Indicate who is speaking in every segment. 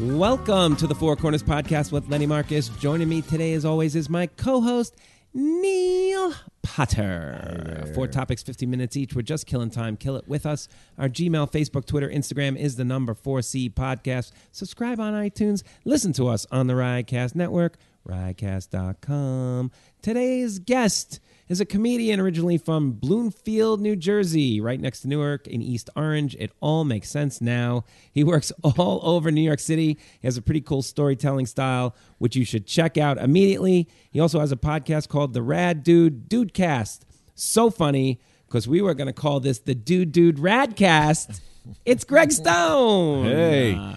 Speaker 1: Welcome to the Four Corners Podcast with Lenny Marcus. Joining me today, as always, is my co host, Neil Potter. Four topics, 50 minutes each. We're just killing time. Kill it with us. Our Gmail, Facebook, Twitter, Instagram is the number 4C podcast. Subscribe on iTunes. Listen to us on the Riotcast Network, riotcast.com. Today's guest is a comedian originally from Bloomfield, New Jersey, right next to Newark in East Orange. It all makes sense now. He works all over New York City. He has a pretty cool storytelling style, which you should check out immediately. He also has a podcast called The Rad Dude Dudecast. So funny because we were going to call this the Dude Dude Radcast. It's Greg Stone.
Speaker 2: Hey.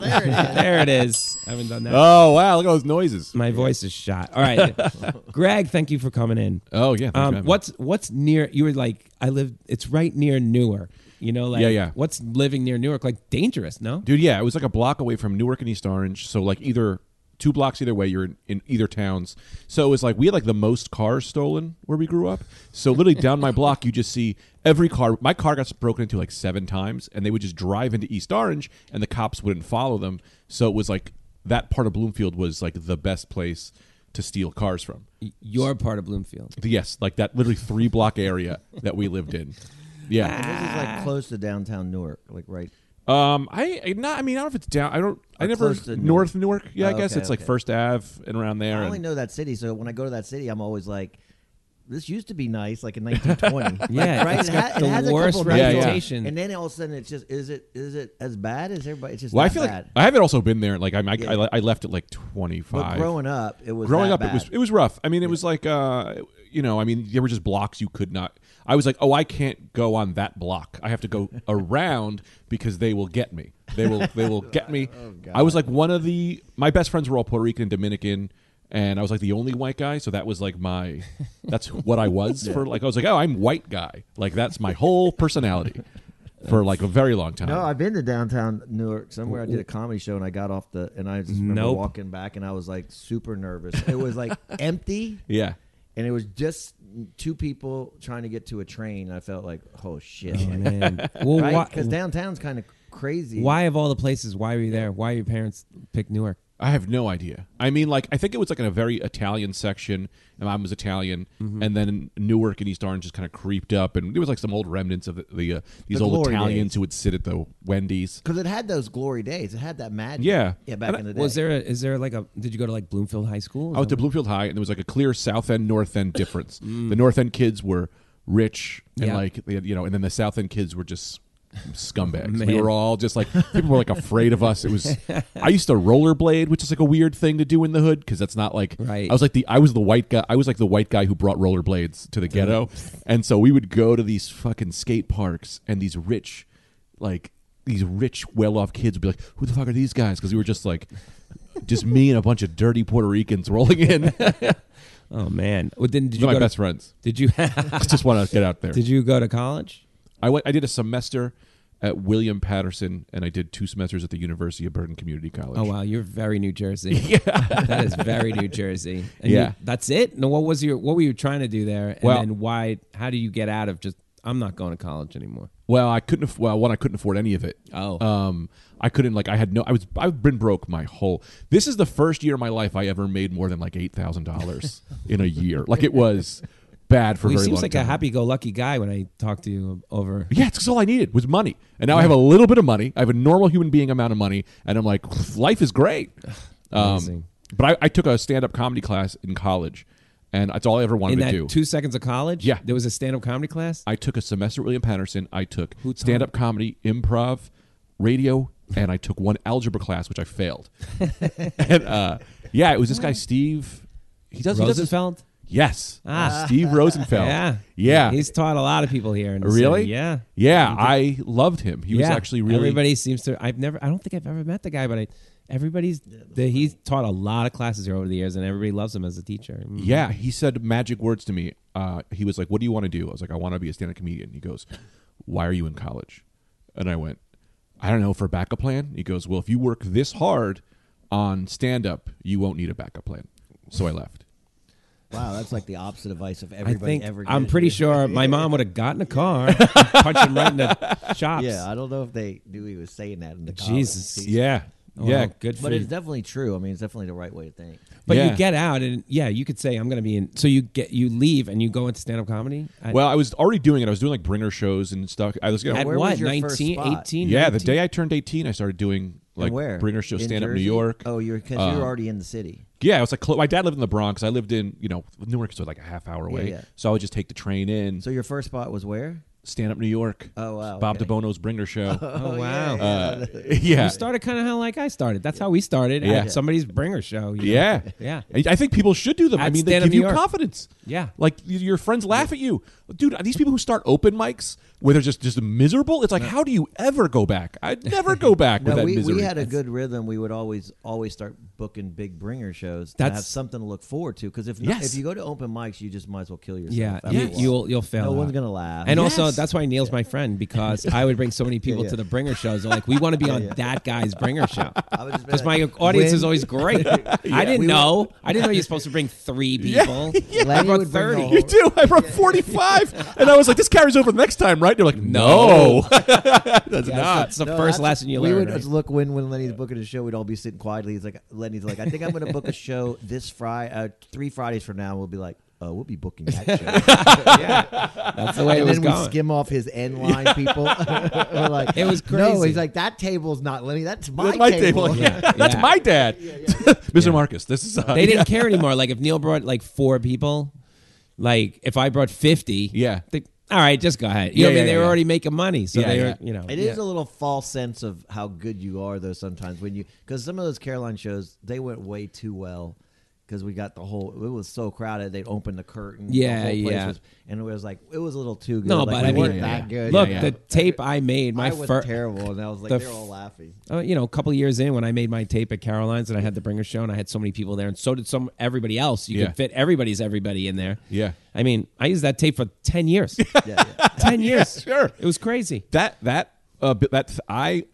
Speaker 1: There it is. I haven't done that.
Speaker 2: Oh wow! Look at those noises.
Speaker 1: My voice is shot. All right, Greg. Thank you for coming in.
Speaker 2: Oh yeah. thanks for
Speaker 1: Um,
Speaker 2: having me.
Speaker 1: what's what's near? You were like, I live. It's right near Newark. You know, like,
Speaker 2: Yeah, yeah.
Speaker 1: What's living near Newark? Like dangerous? No.
Speaker 2: dude? Yeah, it was like a block away from Newark and East Orange. So like either two blocks either way, you're in, in either towns. So it was like we had like the most cars stolen where we grew up. So literally down my block, you just see every car. My car got broken into like seven times, and they would just drive into East Orange, and the cops wouldn't follow them. So it was like that part of Bloomfield was like the best place to steal cars from.
Speaker 1: You're part of Bloomfield.
Speaker 2: Yes, like that literally three block area that we lived in. Yeah.
Speaker 3: This is like close to downtown Newark, like right.
Speaker 2: Um, I I not. I mean, I don't know if it's down. I don't. I
Speaker 3: Or
Speaker 2: never
Speaker 3: close to
Speaker 2: north Newark. Yeah, I
Speaker 3: Oh,
Speaker 2: guess
Speaker 3: okay,
Speaker 2: it's like
Speaker 3: okay.
Speaker 2: First Ave and around there.
Speaker 3: I only
Speaker 2: and-
Speaker 3: know that city, so when I go to that city, I'm always like, "This used to be nice, like in 1920." Like,
Speaker 1: Yeah,
Speaker 3: right.
Speaker 1: it's
Speaker 3: it,
Speaker 1: got
Speaker 3: ha-
Speaker 1: the
Speaker 3: it has
Speaker 1: worst
Speaker 3: a couple nice
Speaker 2: Yeah, yeah.
Speaker 3: ones,
Speaker 1: reputation.
Speaker 3: and then all of a sudden, it's just is it is it as bad as everybody? It's just
Speaker 2: well, I
Speaker 3: not
Speaker 2: feel
Speaker 3: bad.
Speaker 2: like I haven't also been there. Like I'm, I,
Speaker 3: Yeah.
Speaker 2: I, I left at like twenty
Speaker 3: but
Speaker 2: five.
Speaker 3: growing up, it was
Speaker 2: growing
Speaker 3: that
Speaker 2: up, it was
Speaker 3: bad.
Speaker 2: it was rough. I mean, it was like uh, you know, I mean, there were just blocks you could not. I was like, oh, I can't go on that block. I have to go around because they will get me. They will they will get me.
Speaker 3: Oh,
Speaker 2: I was like one of the my best friends were all Puerto Rican and Dominican. And I was like the only white guy, so that was like my, that's what I was for. Like I was like, oh, I'm white guy. Like that's my whole personality, for like a very long time.
Speaker 3: No, I've been to downtown Newark somewhere. I did a comedy show and I got off the and I just remember
Speaker 1: Nope.
Speaker 3: walking back and I was like super nervous. It was like empty.
Speaker 2: yeah,
Speaker 3: and it was just two people trying to get to a train. I felt like, oh shit, like,
Speaker 1: Man. Well,
Speaker 3: right?
Speaker 1: why,
Speaker 3: Because downtown's kind of crazy.
Speaker 1: why of all the places? Why were you there? Why your parents picked Newark?
Speaker 2: I have no idea. I mean, like, I think it was like in a very Italian section, and mom was Italian, and then Newark and East Orange just kind of creeped up, and there was like some old remnants of the, the uh, these
Speaker 3: The
Speaker 2: old
Speaker 3: glory
Speaker 2: Italians
Speaker 3: days.
Speaker 2: who would sit at the Wendy's.
Speaker 3: Because it had those glory days. It had that magic.
Speaker 2: Yeah.
Speaker 3: yeah. Back
Speaker 2: And I-
Speaker 3: in the day,
Speaker 1: Was there a, is there like a? Did you go to like Bloomfield High School? or
Speaker 2: I went to
Speaker 1: something?
Speaker 2: Bloomfield High, and there was like a clear South End North End difference. The North End kids were rich, and
Speaker 1: Yeah.
Speaker 2: like they had, you know, and then the South End kids were just scumbags. we
Speaker 1: Man.
Speaker 2: were all just like people were like afraid of us. It was I used to rollerblade, which is like a weird thing to do in the hood because that's not like
Speaker 1: Right.
Speaker 2: I was like the I was the white guy. I was like the white guy who brought rollerblades to the ghetto, and so we would go to these fucking skate parks and these rich, like these rich well-off kids would be like, "Who the fuck are these guys?" Because we were just like. Just me and a bunch of dirty Puerto Ricans rolling in.
Speaker 1: Oh man! Well, then did you go
Speaker 2: They're my
Speaker 1: to,
Speaker 2: best friends.
Speaker 1: Did you
Speaker 2: I just want to get out there.
Speaker 1: did you go to college?
Speaker 2: I went. I did a semester at William Patterson, and I did two semesters at the University of Bergen Community College.
Speaker 1: Oh wow, you're very New Jersey. yeah, that is very New Jersey. And you-
Speaker 2: Yeah.
Speaker 1: that's it. No, what was your what were you trying to do there? And
Speaker 2: Well-
Speaker 1: then why? How do you get out of just? I'm not going to college anymore.
Speaker 2: Well, I couldn't. Aff- well, one, I couldn't afford any of it.
Speaker 1: Oh.
Speaker 2: um, I couldn't. Like, I had no. I was. I've been broke my whole. This is the first year of my life I ever made more than like eight thousand dollars in a year. Like, it was bad for
Speaker 1: Well, he
Speaker 2: very
Speaker 1: seems
Speaker 2: long
Speaker 1: like a
Speaker 2: time.
Speaker 1: happy-go-lucky guy when I talk to you over.
Speaker 2: Yeah, it's 'cause all I needed was money, and now I have a little bit of money. I have a normal human being amount of money, and I'm like, life is great.
Speaker 1: Amazing.
Speaker 2: Um, but I, I took a stand up comedy class in college, and that's all I ever wanted
Speaker 1: In
Speaker 2: to
Speaker 1: that
Speaker 2: do.
Speaker 1: two seconds of college,
Speaker 2: Yeah.
Speaker 1: there was a stand-up comedy class.
Speaker 2: I took a semester at William Patterson. I took
Speaker 1: Who taught?
Speaker 2: stand up comedy, improv, radio, and I took one algebra class, which I failed. and uh, yeah, it was this guy Steve. He does he does this-
Speaker 1: Rosenfeld.
Speaker 2: Yes. Uh,
Speaker 1: Ah.
Speaker 2: Steve Rosenfeld.
Speaker 1: Yeah.
Speaker 2: Yeah.
Speaker 1: He's taught a lot of people here. In the
Speaker 2: really?
Speaker 1: city. Yeah.
Speaker 2: Yeah. I loved him. He was
Speaker 1: Yeah.
Speaker 2: actually really.
Speaker 1: Everybody seems to. I've never. I don't think I've ever met the guy, but I. Everybody's. The, he's taught a lot of classes here over the years, and everybody loves him as a teacher.
Speaker 4: Mm-hmm.
Speaker 1: Mm.
Speaker 2: Yeah, he said magic words to me. Uh, he was like, "What do you want to do?" I was like, "I want to be a stand-up comedian." He goes, "Why are you in college?" And I went, "I don't know for a backup plan." He goes, "Well, if you work this hard on stand-up, you won't need a backup plan." So I left.
Speaker 5: Wow, that's like the opposite advice of
Speaker 1: I
Speaker 5: everybody
Speaker 1: think
Speaker 5: ever.
Speaker 1: I'm
Speaker 5: gives
Speaker 1: pretty
Speaker 5: you.
Speaker 1: sure my mom would have gotten a car, and punched him right in the chops.
Speaker 5: Yeah, I don't know if they knew he was saying that in the college.
Speaker 1: Jesus.
Speaker 5: He's-
Speaker 2: Yeah,
Speaker 4: Oh,
Speaker 1: Wow,
Speaker 2: yeah,
Speaker 1: Good for
Speaker 4: But
Speaker 1: you.
Speaker 4: it's definitely true. I mean, it's definitely the right way to think.
Speaker 1: But
Speaker 2: Yeah.
Speaker 1: you get out and yeah, you could say I'm going to be in. So you get you leave and you go into stand up comedy. I-
Speaker 2: Well, I was already doing it. I was doing like bringer shows and stuff. I was
Speaker 1: at
Speaker 2: going.
Speaker 4: where was
Speaker 1: what
Speaker 4: your first
Speaker 1: 19,
Speaker 4: spot?
Speaker 1: 18?
Speaker 2: Yeah, the
Speaker 1: 19?
Speaker 2: day I turned 18, I started doing
Speaker 4: And
Speaker 2: like
Speaker 4: where
Speaker 2: bringer show
Speaker 4: In
Speaker 2: stand up New
Speaker 4: Jersey?
Speaker 2: York.
Speaker 4: Oh, you're because
Speaker 2: Uh,
Speaker 1: Um,
Speaker 4: you're already in the city.
Speaker 2: Yeah, I was like clo- my dad lived in the Bronx. I lived in you know Newark, so like a half hour away.
Speaker 4: yeah.
Speaker 2: So I would just take the train in.
Speaker 4: So your first spot was where?
Speaker 2: Stand Up New York.
Speaker 4: Oh, wow,
Speaker 2: Bob
Speaker 4: okay.
Speaker 2: DeBono's Bringer Show.
Speaker 1: Oh, wow.
Speaker 2: Uh, yeah.
Speaker 1: You started kind of how like I started. That's how we started
Speaker 2: Yeah.
Speaker 1: at somebody's bringer show. you know?
Speaker 2: Yeah.
Speaker 1: Yeah.
Speaker 2: I I think people should do them. I
Speaker 1: At
Speaker 2: mean, they
Speaker 1: Stand Up
Speaker 2: give
Speaker 1: New
Speaker 2: you
Speaker 1: York.
Speaker 2: confidence.
Speaker 1: Yeah.
Speaker 2: Like y- your friends laugh at you. Dude, these people who start open mics where they're just just miserable, it's like how do you ever go back? I'd never go back with
Speaker 4: No,
Speaker 2: that
Speaker 4: we,
Speaker 2: misery.
Speaker 4: we had a good rhythm. We would always always start booking big bringer shows to
Speaker 1: That's-
Speaker 4: have something to look forward to. Because if not,
Speaker 2: Yes.
Speaker 4: if you go to open mics, you just might as well kill yourself.
Speaker 1: Yeah,
Speaker 4: after
Speaker 1: you,
Speaker 4: a while.
Speaker 1: you'll you'll fail.
Speaker 4: No
Speaker 1: out.
Speaker 4: one's gonna laugh.
Speaker 1: And also,
Speaker 2: Yes.
Speaker 1: that's why Neil's my friend because I would bring so many people
Speaker 4: yeah.
Speaker 1: to the bringer shows. They're like, we want to be on that guy's bringer show
Speaker 4: would just be
Speaker 1: because my
Speaker 4: like,
Speaker 1: audience
Speaker 4: when-
Speaker 1: is always great. I didn't know. I didn't know you're supposed to bring three people. I brought
Speaker 4: Lenny would bring the
Speaker 1: thirty.
Speaker 4: whole-
Speaker 2: you do. I brought 45 and I was like this carries over next time, right? And you're like, "No." That's not.
Speaker 1: That's the
Speaker 4: No,
Speaker 1: first
Speaker 4: that's-
Speaker 1: lesson you
Speaker 4: We
Speaker 1: learn.
Speaker 4: would
Speaker 1: right?
Speaker 4: look when when Lenny's booking a show, we'd all be sitting quietly. He's like, Lenny's like, I think I'm going to book a show this Friday, uh, three Fridays from now. And we'll be like, oh, we'll be booking that show.
Speaker 1: That's the way it
Speaker 4: and
Speaker 1: was
Speaker 4: then we
Speaker 1: going.
Speaker 4: skim off his end line people. We're like,
Speaker 1: It was
Speaker 4: No,
Speaker 1: crazy.
Speaker 4: he's like, that table's not Lenny. That's my,
Speaker 2: That's my table. Yeah. That's
Speaker 1: Yeah.
Speaker 2: my dad. Mr. Marcus, this is uh,
Speaker 1: they didn't care anymore. Like if Neil brought like four people, like if I brought fifty,
Speaker 2: Yeah.
Speaker 1: they- all right, just go ahead. You know what
Speaker 2: Yeah,
Speaker 1: I mean?
Speaker 2: yeah,
Speaker 1: they were
Speaker 2: yeah.
Speaker 1: already making money, so
Speaker 2: Yeah,
Speaker 1: they
Speaker 2: yeah.
Speaker 1: were, you know.
Speaker 4: It is a little false sense of how good you are, though. Sometimes when you, because some of those Caroline shows, they went way too well. Because we got the whole, it was so crowded. They opened the curtain. the
Speaker 1: Yeah,
Speaker 4: whole place
Speaker 1: yeah.
Speaker 4: was- and it was like it was a little too good.
Speaker 1: No,
Speaker 4: like,
Speaker 1: but
Speaker 4: we
Speaker 1: I mean,
Speaker 4: weren't
Speaker 2: yeah,
Speaker 4: that good.
Speaker 1: Look,
Speaker 2: Yeah, yeah.
Speaker 1: the tape I made, my
Speaker 4: I was
Speaker 1: first,
Speaker 4: terrible, and I was like,
Speaker 1: the
Speaker 4: they're
Speaker 1: f-
Speaker 4: all laughing.
Speaker 1: uh, you know, a couple years in when I made my tape at Caroline's and I had the bringer show and I had so many people there and so did some everybody else. You
Speaker 2: Yeah.
Speaker 1: could fit everybody's everybody in there.
Speaker 2: Yeah.
Speaker 1: I mean, I used that tape for 10 years.
Speaker 4: Yeah, yeah.
Speaker 1: 10 years.
Speaker 2: sure.
Speaker 1: It was crazy.
Speaker 2: that that uh, bit- that I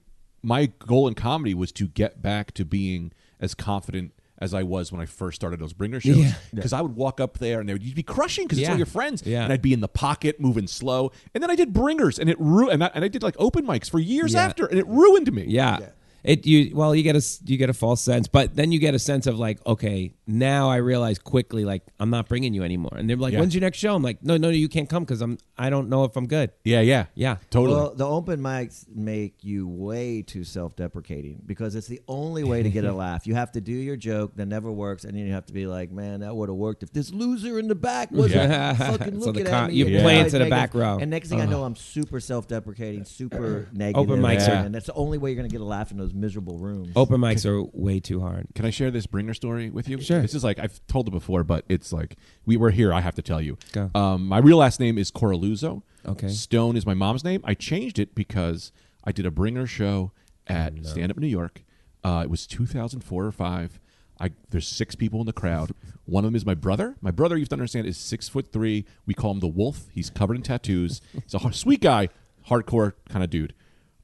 Speaker 2: my goal in comedy was to get back to being as confident as I was when I first started those bringer shows
Speaker 1: Yeah.
Speaker 2: because I would walk up there and they would you'd be crushing because it's
Speaker 1: Yeah.
Speaker 2: all your friends
Speaker 1: Yeah.
Speaker 2: and I'd be in the pocket moving slow and then I did bringers and it ruined and, I- and I did like open mics for years
Speaker 1: Yeah.
Speaker 2: after and it ruined me
Speaker 1: Yeah. It you well you get a s- you get a false sense, but then you get a sense of like okay now I realize quickly like I'm not bringing you anymore, and they're like
Speaker 2: Yeah.
Speaker 1: when's your next show? I'm like no no no you can't come because I'm I don't know if I'm good.
Speaker 2: yeah yeah
Speaker 1: Yeah.
Speaker 2: totally
Speaker 4: Well, the open mics make you way too self-deprecating because it's the only way to get a laugh. You have to do your joke that never works, and then you have to be like, "Man, that would have worked if this loser in the back wasn't
Speaker 1: Yeah. So
Speaker 4: fucking
Speaker 1: the
Speaker 4: looking
Speaker 1: con-
Speaker 4: at me."
Speaker 1: you
Speaker 4: and
Speaker 2: play
Speaker 4: trying
Speaker 1: into the
Speaker 4: make
Speaker 1: back
Speaker 4: us-
Speaker 1: row.
Speaker 4: And next thing I know, I'm super self-deprecating, super negative.
Speaker 1: Open mics Oh,
Speaker 4: and,
Speaker 2: are-
Speaker 4: that's the only way you're gonna get a laugh in those miserable rooms.
Speaker 1: Open mics are way too hard.
Speaker 2: Can I share this bringer story with you?
Speaker 1: Sure.
Speaker 2: This is like I've told it before, but it's like we were here. I have to tell you.
Speaker 1: Go.
Speaker 2: Um, my real last name is Coraluzzo.
Speaker 1: Okay.
Speaker 2: Stone is my mom's name. I changed it because I did a bringer show at Stand Up New York. Uh, it was 2004 or five. I, there's six people in the crowd. One of them is my brother. My brother, you have to understand, is six foot three. We call him the Wolf. He's covered in tattoos. He's a hard, sweet guy, hardcore kind of dude.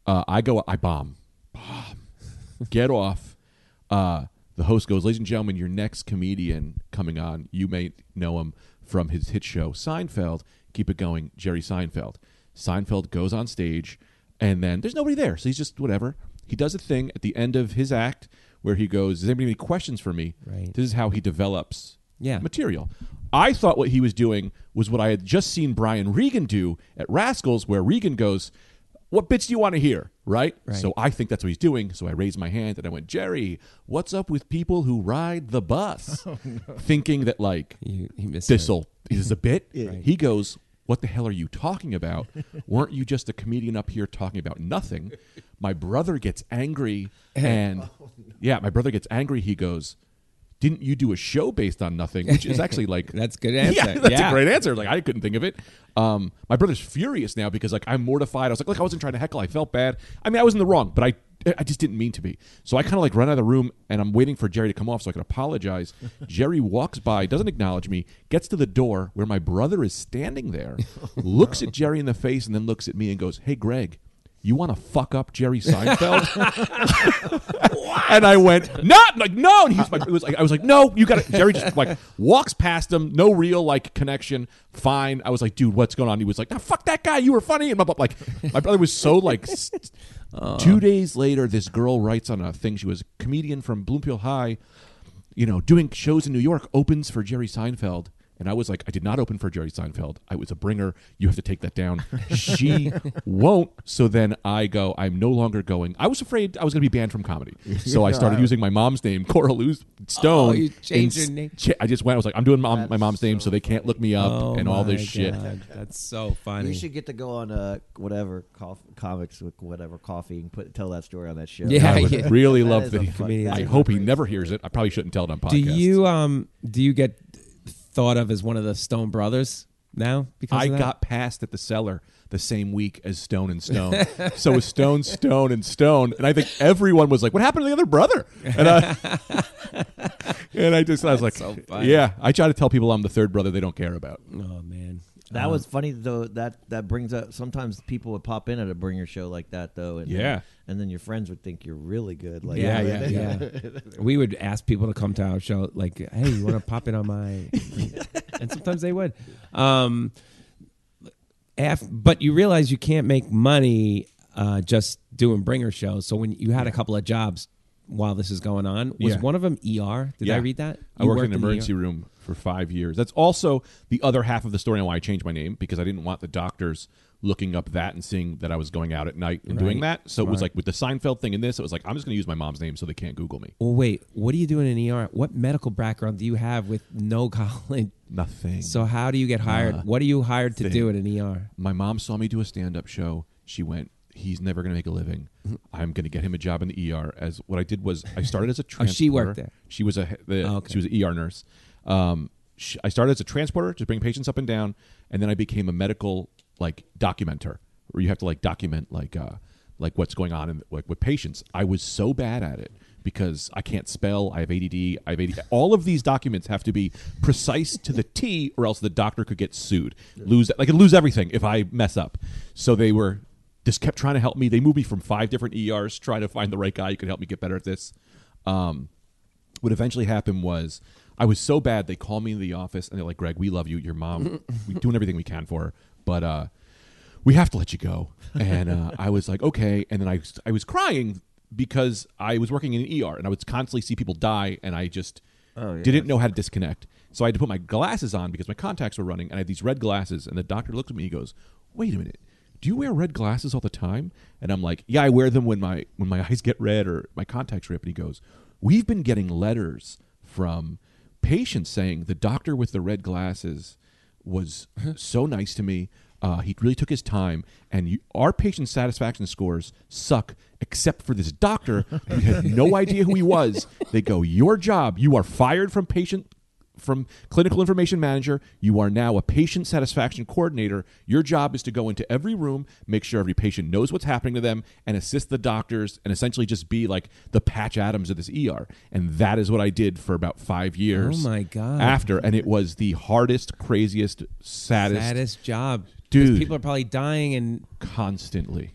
Speaker 2: Uh, I go, I bomb get off. Uh, the host goes, ladies and gentlemen, your next comedian coming on, you may know him from his hit show Seinfeld. Keep it going, Jerry Seinfeld. Seinfeld goes on stage, and then there's nobody there, so he's just whatever. He does a thing at the end of his act where he goes, "Does anybody have any questions for me?"
Speaker 1: Right.
Speaker 2: This is how he develops
Speaker 1: Yeah.
Speaker 2: material. I thought what he was doing was what I had just seen Brian Regan do at Rascals, where Regan goes, What bits do you want to hear? Right? So I think that's what he's doing. So I raised my hand and I went, Jerry, what's up with people who ride the bus? Thinking that, like,
Speaker 1: You, you missed it.
Speaker 2: this will is a bit. He goes, "What the hell are you talking about? Weren't you just a comedian up here talking about nothing?" My brother gets angry, and yeah, my brother gets angry. He goes, didn't you do a show based on nothing? Which is actually like
Speaker 1: That's a good answer.
Speaker 2: Yeah, that's
Speaker 1: Yeah.
Speaker 2: a great answer. Like I couldn't think of it. Um, my brother's furious now because like I'm mortified. I was like, look, I wasn't trying to heckle. I felt bad. I mean, I was in the wrong, but I I just didn't mean to be. So I kind of like run out of the room and I'm waiting for Jerry to come off so I can apologize. Jerry walks by, doesn't acknowledge me, gets to the door where my brother is standing there, looks at Jerry in the face, and then looks at me and goes, "Hey, Greg." You want to fuck up Jerry Seinfeld? and I went, not like no. And he was like, it was like, I was like, no, you got to Jerry just like walks past him, no real like connection. Fine. I was like, dude, what's going on? He was like, no, fuck that guy. You were funny. And blah, blah, blah. like, my brother was so like. s- Two days later, this girl writes on a thing. She was a comedian from Bloomfield High, you know, doing shows in New York. Opens for Jerry Seinfeld. And I was like, I did not open for Jerry Seinfeld. I was a bringer. You have to take that down. She won't. So then I go, I'm no longer going. I was afraid I was going to be banned from comedy. So I started using my mom's name, Coral Stone.
Speaker 1: Oh, you changed
Speaker 2: ins-
Speaker 1: your name.
Speaker 2: cha- I just went, I was like, I'm doing mom, my mom's name so they can't look me up
Speaker 1: Oh
Speaker 2: and all this
Speaker 1: my
Speaker 2: shit.
Speaker 1: God, That's so funny.
Speaker 4: You should get to go on uh, whatever cof- comics with whatever coffee and put tell that story on that show.
Speaker 1: Yeah,
Speaker 2: I would
Speaker 1: yeah.
Speaker 2: really
Speaker 4: That
Speaker 2: love
Speaker 4: is
Speaker 2: that.
Speaker 4: a
Speaker 2: he-
Speaker 4: fun-
Speaker 1: Comedians
Speaker 2: I
Speaker 1: are
Speaker 2: hope he never hears it. I probably shouldn't tell it on podcast.
Speaker 1: do you um do you get thought of as one of the Stone Brothers now? Because
Speaker 2: I
Speaker 1: of that?
Speaker 2: got passed at the cellar the same week as Stone and Stone. so it was Stone, Stone, and Stone, and I think everyone was like, "What happened to the other brother?" And I, and I just I was like,
Speaker 1: so funny.
Speaker 2: "Yeah." I try to tell people I'm the third brother they don't care about.
Speaker 1: Oh man.
Speaker 4: That was funny though. That that brings up sometimes people would pop in at a bringer show like that though. And
Speaker 2: Yeah.
Speaker 4: Then, and then your friends would think you're really good. Like
Speaker 1: Oh, Yeah, yeah, yeah. we would ask people to come to our show, like, "Hey, you want to pop in on my?" and sometimes they would. Um, af- but you realize you can't make money uh, just doing bringer shows. So when you had a couple of jobs while this is going on, was
Speaker 2: Yeah.
Speaker 1: one of them ER? Did I
Speaker 2: Yeah.
Speaker 1: read that?
Speaker 2: I
Speaker 1: You
Speaker 2: worked, in an
Speaker 1: the
Speaker 2: emergency
Speaker 1: ER?
Speaker 2: room for five years. That's also the other half of the story on why I changed my name because I didn't want the doctors looking up that and seeing that I was going out at night and doing
Speaker 1: Right.
Speaker 2: that. So it was
Speaker 1: Smart.
Speaker 2: like with the Seinfeld thing and this, it was like I'm just going to use my mom's name so they can't Google me.
Speaker 1: Well, wait. What are you doing in ER? What medical background do you have with no college?
Speaker 2: Nothing.
Speaker 1: So how do you get
Speaker 2: Uh,
Speaker 1: hired? what are you hired to do at an ER?
Speaker 2: my mom saw me do a stand-up show she went he's never going to make a living
Speaker 1: Mm-hmm.
Speaker 2: i'm going to get him a job in the er as what i did was i started as a
Speaker 1: Oh,
Speaker 2: transporter
Speaker 1: she worked there.
Speaker 2: she was a the,
Speaker 1: Oh, okay.
Speaker 2: she was an er nurse um, sh i started as a transporter to bring patients up and down and then i became a medical like documenter where you have to like document like uh like what's going on in, like with patients i was so bad at it because I can't spell, I have ADD, I have ADD. All of these documents have to be precise to the T, or else the doctor could get sued, lose, I could lose everything if I mess up. So they were just kept trying to help me. They moved me from five different ERs trying to find the right guy who could help me get better at this. Um, what eventually happened was I was so bad they called me into the office and they're like, "Greg, we love you. Your mom, we're doing everything we can for her, but uh, we have to let you go." And uh, I was like, "Okay." And then I I was crying because I was working in an ER and I would constantly see people die, and I just didn't know how to disconnect. So I had to put my glasses on because my contacts were running, and I had these red glasses. And the doctor looked at me, and he goes, "Wait a minute." do you wear red glasses all the time? And I'm like, yeah, I wear them when my when my eyes get red or my contacts rip. And he goes, we've been getting letters from patients saying the doctor with the red glasses was so nice to me. Uh, he really took his time, and you, our patient satisfaction scores suck, except for this doctor who had no idea who he was. They go, "Your job, you are fired from patient from clinical information manager, you are now a patient satisfaction coordinator. Your job is to go into every room, make sure every patient knows what's happening to them, and assist the doctors, and essentially just be like the Patch Adams of this ER. And that is what I did for about five years.
Speaker 1: Oh, my God.
Speaker 2: After, and it was the hardest, craziest, saddest,
Speaker 1: Saddest job, 'Cause
Speaker 2: Dude.
Speaker 1: People are probably dying and
Speaker 2: constantly,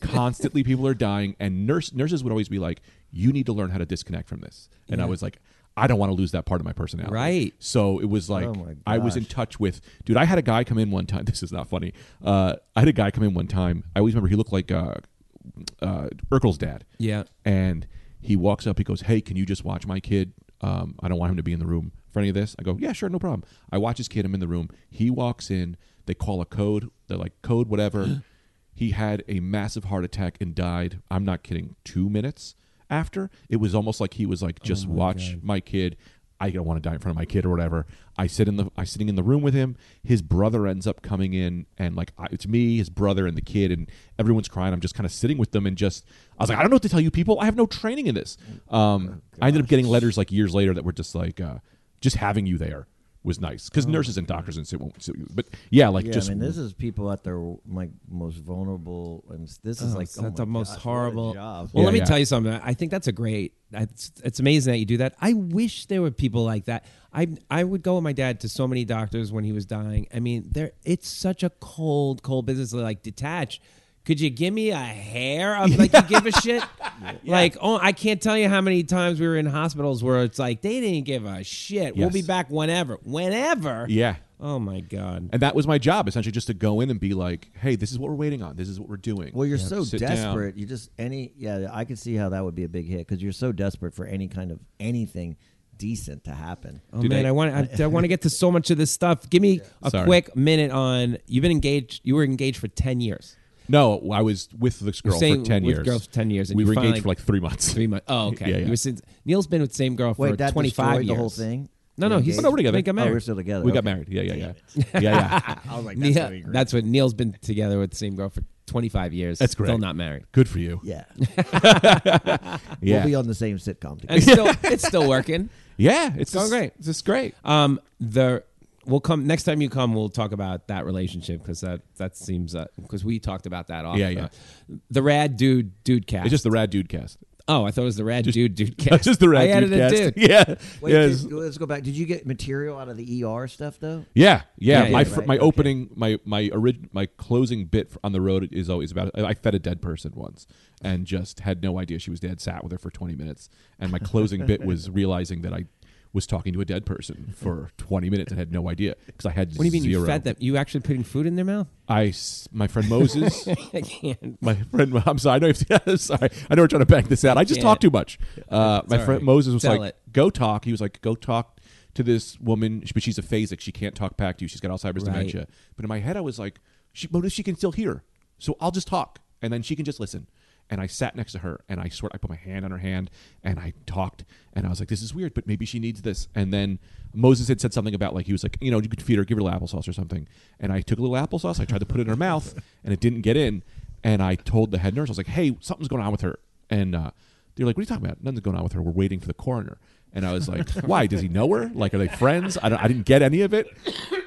Speaker 2: constantly people are dying, and nurse nurses would always be like, "You need to learn how to disconnect from this," and I was like. I don't want to lose that part of my personality.
Speaker 1: Right. Oh
Speaker 2: So it was like
Speaker 4: my
Speaker 2: I was in touch with dude. I had a guy come in one time. This is not funny. Uh, I had a guy come in one time. I always remember he looked like uh, uh, Urkel's dad.
Speaker 1: Yeah.
Speaker 2: And he walks up. He goes, "Hey, can you just watch my kid? Um, I don't want him to be in the room for any of this." I go, "Yeah, sure, no problem." I watch his kid. I'm in the room. He walks in. They call a code. They're like, "Code whatever." he had a massive heart attack and died. I'm not kidding. Two minutes after, it was almost like he was like, "Just watch my kid." I don't want to die in front of my kid or whatever. I sit in the I sitting in the room with him. His brother ends up coming in and like I, it's me, his brother, and the kid, and everyone's crying. I'm just kind of sitting with them and just I was like, I don't know what to tell you people. I have no training in this.
Speaker 4: Oh
Speaker 2: Um, I ended up getting letters like years later that were just like, uh, just having you there was nice because nurses and doctors and shit won't suit you. But yeah, like
Speaker 4: Oh. Yeah,
Speaker 2: just
Speaker 4: I mean, this is people at their like most vulnerable, and s- this is
Speaker 1: Oh,
Speaker 4: like
Speaker 1: so that's
Speaker 4: oh
Speaker 1: the
Speaker 4: my
Speaker 1: most
Speaker 4: gosh, what a
Speaker 1: horrible.
Speaker 4: job.
Speaker 1: Well,
Speaker 2: Yeah,
Speaker 1: let me
Speaker 2: yeah.
Speaker 1: tell you something. I think that's a great. It's, it's amazing that you do that. I wish there were people like that. I I would go with my dad to so many doctors when he was dying. I mean, there it's such a cold, cold business. Like detached. Could you give me a hair of like you give a shit? Like oh, I can't tell you how many times we were in hospitals where it's like they didn't give a shit. We'll
Speaker 2: Yes.
Speaker 1: be back whenever, whenever.
Speaker 2: yeah.
Speaker 1: Oh my god.
Speaker 2: And that was my job essentially, just to go in and be like, "Hey, this is what we're waiting on. This is what we're doing."
Speaker 4: Well, you're so
Speaker 2: Sit down.
Speaker 4: desperate. You just any yeah. I could see how that would be a big hit because you're so desperate for any kind of anything decent to happen.
Speaker 1: Oh
Speaker 2: Dude,
Speaker 1: man,
Speaker 2: I-
Speaker 1: I, want I, I want to get to so much of this stuff. Give me a
Speaker 2: Sorry.
Speaker 1: quick minute on you've been engaged. You were engaged for ten years,
Speaker 2: No, I was with this girl
Speaker 1: saying
Speaker 2: for ten
Speaker 1: with
Speaker 2: years.
Speaker 1: girls for 10 years, and
Speaker 2: we
Speaker 1: you
Speaker 2: were engaged
Speaker 1: finally-
Speaker 2: for like three months.
Speaker 1: three months. Oh, okay.
Speaker 2: Yeah, yeah.
Speaker 1: You were since, Neil's been with the same girl for
Speaker 4: Wait, that
Speaker 1: twenty five
Speaker 4: destroyed
Speaker 1: years.
Speaker 4: the whole thing.
Speaker 1: No, no, he's
Speaker 2: Oh, no, we're together.
Speaker 1: They got
Speaker 2: Oh,
Speaker 4: Oh,
Speaker 1: married.
Speaker 4: we're still together.
Speaker 2: We got
Speaker 4: Okay.
Speaker 2: married. Yeah, yeah, yeah, yeah, yeah.
Speaker 3: I was like,
Speaker 1: Neil- that's, what Neil's been together with the same girl for twenty five years.
Speaker 2: That's
Speaker 1: Still
Speaker 2: great.
Speaker 1: not married.
Speaker 2: Good for you.
Speaker 4: Yeah,
Speaker 2: Yeah,
Speaker 4: we'll be on the same sitcom together.
Speaker 1: And still, it's still working.
Speaker 2: yeah. It's
Speaker 1: going
Speaker 2: just,
Speaker 1: great.
Speaker 2: It's just great.
Speaker 1: Um, the we'll come next time you come. We'll talk about that relationship because that that seems because we talked about that. Often. Uh,
Speaker 2: Yeah, yeah.
Speaker 1: The rad dude, dude cast.
Speaker 2: It's just the rad dude cast.
Speaker 1: Oh, I thought it was the rad dude dude
Speaker 2: It's
Speaker 1: cast.
Speaker 2: just the rad
Speaker 1: I added
Speaker 2: dude cast.
Speaker 1: a dude.
Speaker 2: Yeah,
Speaker 4: Wait,
Speaker 2: yeah,
Speaker 4: did-
Speaker 2: it's-
Speaker 4: let's go back. Did you get material out of the ER stuff though?
Speaker 2: yeah, yeah.
Speaker 1: Yeah,
Speaker 2: my
Speaker 1: yeah,
Speaker 2: fr-
Speaker 4: right,
Speaker 2: my
Speaker 4: okay.
Speaker 2: opening my my orig- my closing bit on the road is always about. I fed a dead person once and just had no idea she was dead. Sat with her for twenty minutes, and my closing bit was realizing that I was talking to a dead person for twenty minutes and had no idea because I had
Speaker 1: What do you mean
Speaker 2: zero.
Speaker 1: you fed them? You actually putting food in their mouth?
Speaker 2: I s- my friend Moses.
Speaker 1: I can't.
Speaker 2: my friend i'm sorry i know you've, I'm sorry i know we're trying to bang this out i just
Speaker 1: Yeah.
Speaker 2: talk too much uh, my
Speaker 1: all
Speaker 2: friend
Speaker 1: right.
Speaker 2: moses was
Speaker 1: Sell
Speaker 2: like
Speaker 1: it.
Speaker 2: go talk he was like go talk to this woman but she's aphasic she can't talk back to you she's got alzheimer's
Speaker 1: Right.
Speaker 2: dementia but in my head i was like she, what if she can still hear so i'll just talk and then she can just listen and i sat next to her and i sort i put my hand on her hand and i talked and i was like this is weird but maybe she needs this and then moses had said something about like he was like you know you could feed her give her a little applesauce or something and i took a little applesauce i tried to put it in her mouth and it didn't get in and I told the head nurse, I was like, "Hey, something's going on with her." And uh, they're like, "What are you talking about? Nothing's going on with her. We're waiting for the coroner." And I was like, "Why? Does he know her? Like, are they friends?" I, don't, I didn't get any of it.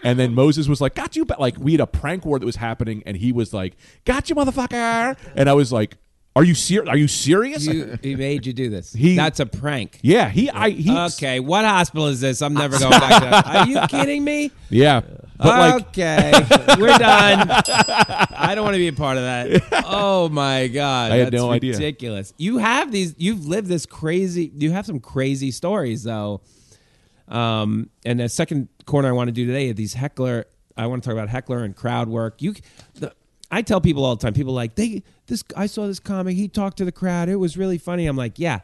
Speaker 2: And then Moses was like, "Got you!" But like, we had a prank war that was happening, and he was like, "Got you, motherfucker!" And I was like, "Are you ser- Are you serious?"
Speaker 1: You, he made you do this.
Speaker 2: He-
Speaker 1: That's a prank.
Speaker 2: yeah, he, I, he,
Speaker 1: okay, what hospital is this? I'm never going back to that. Are you kidding me?
Speaker 2: yeah, but
Speaker 1: Uh,
Speaker 2: like,
Speaker 1: okay, we're done. I don't want to be a part of that. Oh my god,
Speaker 2: I had
Speaker 1: that's
Speaker 2: no idea.
Speaker 1: Ridiculous. You have these. You've lived this crazy. You have some crazy stories though. Um, and the second corner I want to do today are these heckler. I want to talk about heckler and crowd work. You, the, I tell people all the time. People like they this. I saw this comic. He talked to the crowd. It was really funny. I'm like, yeah.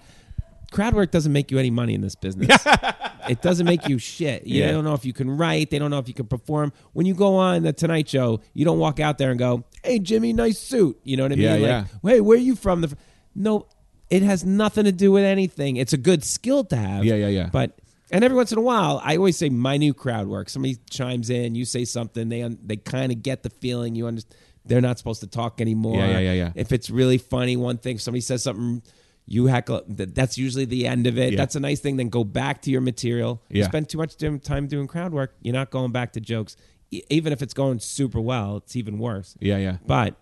Speaker 1: Crowd work doesn't make you any money in this business. it doesn't make you shit. You
Speaker 2: Yeah.
Speaker 1: don't know if you can write. They don't know if you can perform. When you go on the Tonight Show, you don't walk out there and go, "Hey, Jimmy, nice suit." You know what I mean?
Speaker 2: Yeah,
Speaker 1: like,
Speaker 2: yeah.
Speaker 1: Hey, where are you from? The fr-" no, it has nothing to do with anything. It's a good skill to have.
Speaker 2: Yeah, yeah, yeah.
Speaker 1: But and every once in a while, I always say my new crowd work. Somebody chimes in, you say something, they un- they kind of get the feeling you understand. They're not supposed to talk anymore.
Speaker 2: Yeah, yeah, yeah, yeah.
Speaker 1: If it's really funny, one thing somebody says something, you heckle. th- That's usually the end of it.
Speaker 2: Yeah.
Speaker 1: That's a nice thing. Then go back to your material. You
Speaker 2: Yeah.
Speaker 1: spend too much dim- time doing crowd work. You're not going back to jokes, E- even if it's going super well. It's even worse.
Speaker 2: yeah, yeah,
Speaker 1: But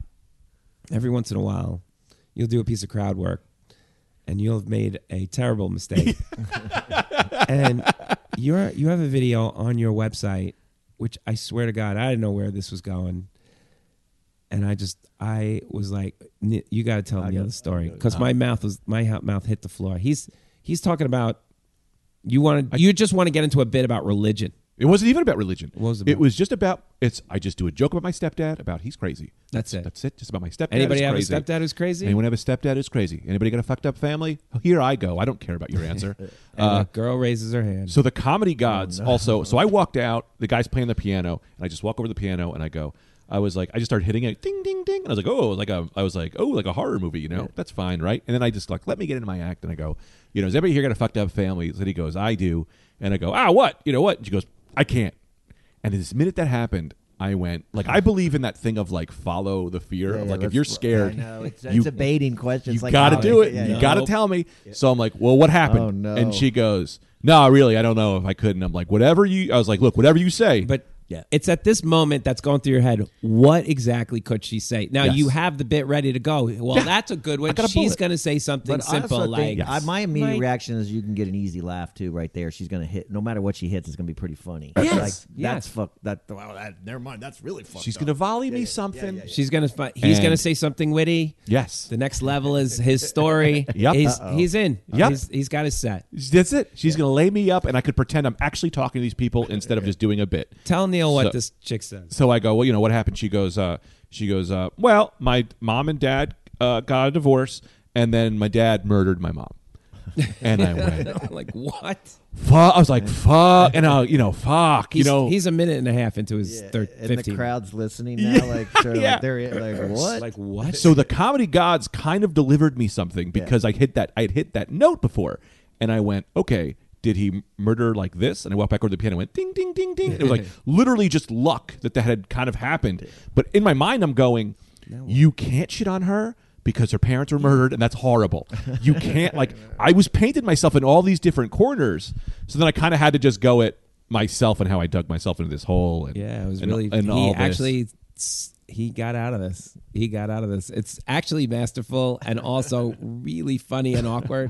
Speaker 1: every once in a while, you'll do a piece of crowd work and you'll have made a terrible mistake. and you're you have a video on your website, which I swear to God, I didn't know where this was going. And I just I was like, "N- you got Uh-huh. to tell me the other story because my mouth was my ha- mouth hit the floor. He's he's talking about you want to you just want to get into a bit about religion.
Speaker 2: It wasn't even about religion.
Speaker 1: What was it
Speaker 2: it
Speaker 1: about?
Speaker 2: was just about it's. I just do a joke about my stepdad. About he's crazy.
Speaker 1: That's it.
Speaker 2: That's it. Just about my stepdad.
Speaker 1: Anybody
Speaker 2: is
Speaker 1: have a
Speaker 2: crazy.
Speaker 1: stepdad who's crazy?
Speaker 2: Anyone have a stepdad who's crazy? Anybody got a fucked up family? Oh, Here I go. I don't care about your answer.
Speaker 1: And
Speaker 2: uh,
Speaker 1: a girl raises her hand.
Speaker 2: so the
Speaker 4: Oh,
Speaker 2: comedy gods also. So I walked out. The guy's playing the piano, and I just walk over to the piano and I go, I was like, I just started hitting it, ding, ding, ding, and I was like, oh, like a, I was like, oh, like a horror movie, you know, that's fine, right? And then I just like, let me get into my act, and I go, you know, is everybody here got a fucked up family? And he goes, I do, and I go, ah, what, you know what? And she goes, I can't. And this minute that happened, I went like I believe in that thing of like follow the fear
Speaker 4: Yeah,
Speaker 2: of
Speaker 4: yeah,
Speaker 2: like if
Speaker 4: let's-
Speaker 2: you're scared,
Speaker 4: I know, it's,
Speaker 2: you-
Speaker 4: it's a baiting question.
Speaker 2: you
Speaker 4: It's like,
Speaker 2: got to
Speaker 4: oh,
Speaker 2: do
Speaker 4: yeah,
Speaker 2: it.
Speaker 4: yeah,
Speaker 2: you
Speaker 4: yeah.
Speaker 2: got to tell me. So I'm like, well, what happened?
Speaker 4: Oh, no.
Speaker 2: And she goes, no, really, I don't know if I could. And I'm like, whatever you. I was like, look, whatever you say.
Speaker 1: But
Speaker 2: Yeah.
Speaker 1: it's at this moment that's going through your head. What exactly could she say? Now
Speaker 2: Yes.
Speaker 1: you have the bit ready to go. Well,
Speaker 2: Yeah.
Speaker 1: that's a good
Speaker 2: I
Speaker 1: one.
Speaker 2: got a
Speaker 1: She's
Speaker 2: bullet.
Speaker 1: going to say something
Speaker 4: But I also
Speaker 1: simple like,
Speaker 4: think- I- my immediate
Speaker 1: Mike-
Speaker 4: reaction is you can get an easy laugh too, right there. She's gonna hit no matter what she hits, it's gonna be pretty funny.
Speaker 1: Yes. Yes.
Speaker 4: like, that's fuck. That, wow, that never mind. That's really fucked
Speaker 2: she's
Speaker 4: up.
Speaker 2: gonna volley me something.
Speaker 1: She's gonna. Fi- he's
Speaker 2: And-
Speaker 1: gonna say something witty.
Speaker 2: Yes,
Speaker 1: The next level is his story.
Speaker 2: Yep.
Speaker 1: He's, he's in.
Speaker 2: Yep.
Speaker 1: He's, he's got his set.
Speaker 2: that's it. She's gonna lay me up, and I could pretend I'm actually talking to these people instead of just doing a bit.
Speaker 1: Tell Neil what
Speaker 2: So-
Speaker 1: this chick says.
Speaker 2: So I go, well, you know what happened? She goes, uh, she goes, uh, well, my mom and dad uh, got a divorce, and then my dad murdered my mom. and I went,
Speaker 1: like what?
Speaker 2: fuck. I was like, fuck, and I, you know, fuck,
Speaker 1: He's,
Speaker 2: you know,
Speaker 1: he's a minute and a half into his thir-
Speaker 4: and
Speaker 1: 15.
Speaker 4: the crowd's listening now. Like, they're,
Speaker 2: Yeah.
Speaker 4: like, they're like,
Speaker 1: It's
Speaker 4: what?
Speaker 1: Like what?
Speaker 2: So the comedy gods kind of delivered me something because I hit that I had hit that note before, and I went, okay, did he murder like this? And I walked back over to the piano, and went ding ding ding ding. And it was like literally just luck that that had kind of happened. But in my mind, I'm going, you can't shit on her. Because her parents were murdered, and that's horrible. You can't like. I was painted myself in all these different corners, so then I kind of had to just go at myself and how I dug myself into this hole. And,
Speaker 1: yeah, it was
Speaker 2: and-
Speaker 1: really.
Speaker 2: And
Speaker 1: he
Speaker 2: all this.
Speaker 1: actually s- he got out of this. He got out of this. It's actually masterful and also really funny and awkward.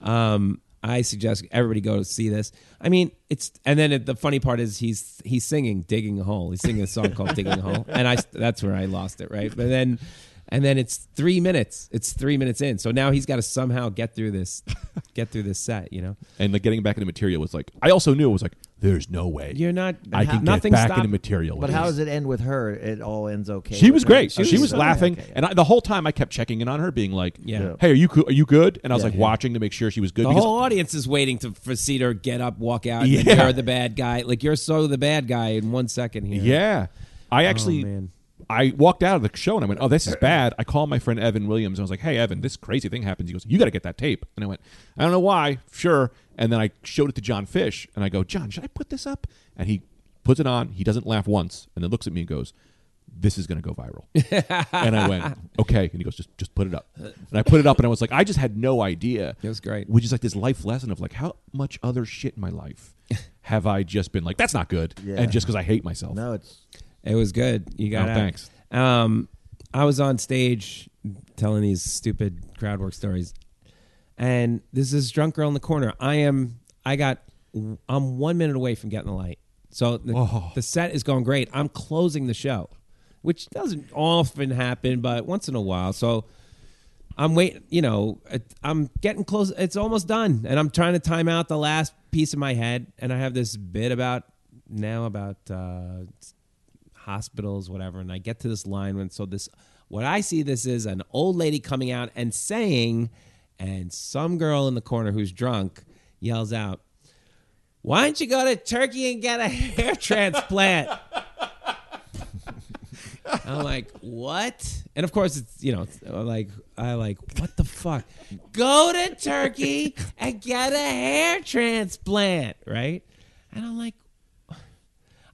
Speaker 1: Um, I suggest everybody go see this. I mean, it's and then it, the funny part is he's he's singing "Digging a Hole." He's singing a song called "Digging a Hole," and I that's where I lost it, right? But then. And then it's three minutes. It's three minutes in. So now he's got to somehow get through this, get through this set. You know,
Speaker 2: and like getting back into material was like I also knew it was like there's no way
Speaker 1: you're not.
Speaker 2: I
Speaker 1: how-
Speaker 2: can get
Speaker 1: nothing
Speaker 2: back
Speaker 1: stopped-
Speaker 2: into material.
Speaker 4: but
Speaker 2: with
Speaker 4: how
Speaker 2: this.
Speaker 4: does it end with her? It all ends okay.
Speaker 2: She
Speaker 4: with
Speaker 2: was
Speaker 4: her?
Speaker 2: great. She,
Speaker 4: Okay,
Speaker 2: was
Speaker 4: okay,
Speaker 2: laughing,
Speaker 4: okay, yeah.
Speaker 2: and I, the whole time I kept checking in on her, being like,
Speaker 1: Yeah. Yeah.
Speaker 2: hey, are you coo- are you good?" And I was
Speaker 4: Yeah,
Speaker 2: like
Speaker 4: yeah.
Speaker 2: watching to make sure she was good.
Speaker 1: The
Speaker 2: because
Speaker 1: whole audience is waiting to for Cedar get up, walk out. and
Speaker 2: Yeah.
Speaker 1: you're the bad guy. Like you're so the bad guy in one second here.
Speaker 2: Yeah. I actually
Speaker 1: Oh, man.
Speaker 2: I walked out of the show and I went, "Oh, this is bad." I called my friend Evan Williams and I was like, "Hey, Evan, this crazy thing happens." He goes, "You got to get that tape." And I went, "I don't know why, sure." And then I showed it to John Fish and I go, "John, should I put this up?" And he puts it on. He doesn't laugh once and then looks at me and goes, "This is going to go viral." and I went, "Okay." And he goes, "Just just put it up." And I put it up and I was like, "I just had no idea."
Speaker 1: It was great.
Speaker 2: Which is like this life lesson of like how much other shit in my life have I just been like, "That's not good."
Speaker 4: Yeah.
Speaker 2: And just because I hate myself.
Speaker 4: No, it's
Speaker 1: It was good. You got
Speaker 2: Oh,
Speaker 1: out.
Speaker 2: thanks.
Speaker 1: Um, I was on stage telling these stupid crowd work stories, and there's this drunk girl in the corner. I am. I got. I'm one minute away from getting the light. So the,
Speaker 2: Whoa.
Speaker 1: the set is going great. I'm closing the show, which doesn't often happen, but once in a while. So I'm waiting, you know, it- I'm getting close. It's almost done. And I'm trying to time out the last piece of my head. And I have this bit about now about uh, hospitals, whatever. And I get to this line when, so this, what I see this is an old lady coming out and saying, and some girl in the corner who's drunk yells out, why don't you go to Turkey and get a hair transplant? I'm like, what? And of course, it's you know, it's uh, like I like what the fuck? Go to Turkey and get a hair transplant, right? And I'm like,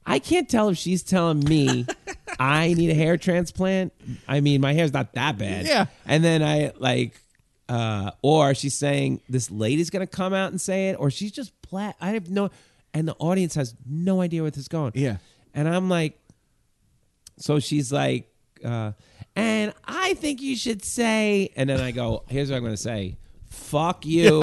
Speaker 1: I can't tell if she's telling me I need a hair transplant. I mean, my hair's not that bad.
Speaker 2: Yeah.
Speaker 1: And then I like, uh, or she's saying this lady's gonna come out and say it, or she's just plat. I have no, and the audience has no idea where this is going.
Speaker 2: Yeah.
Speaker 1: And I'm like, so she's like, uh, and I think you should say, and then I go, here's what I'm going to say fuck you,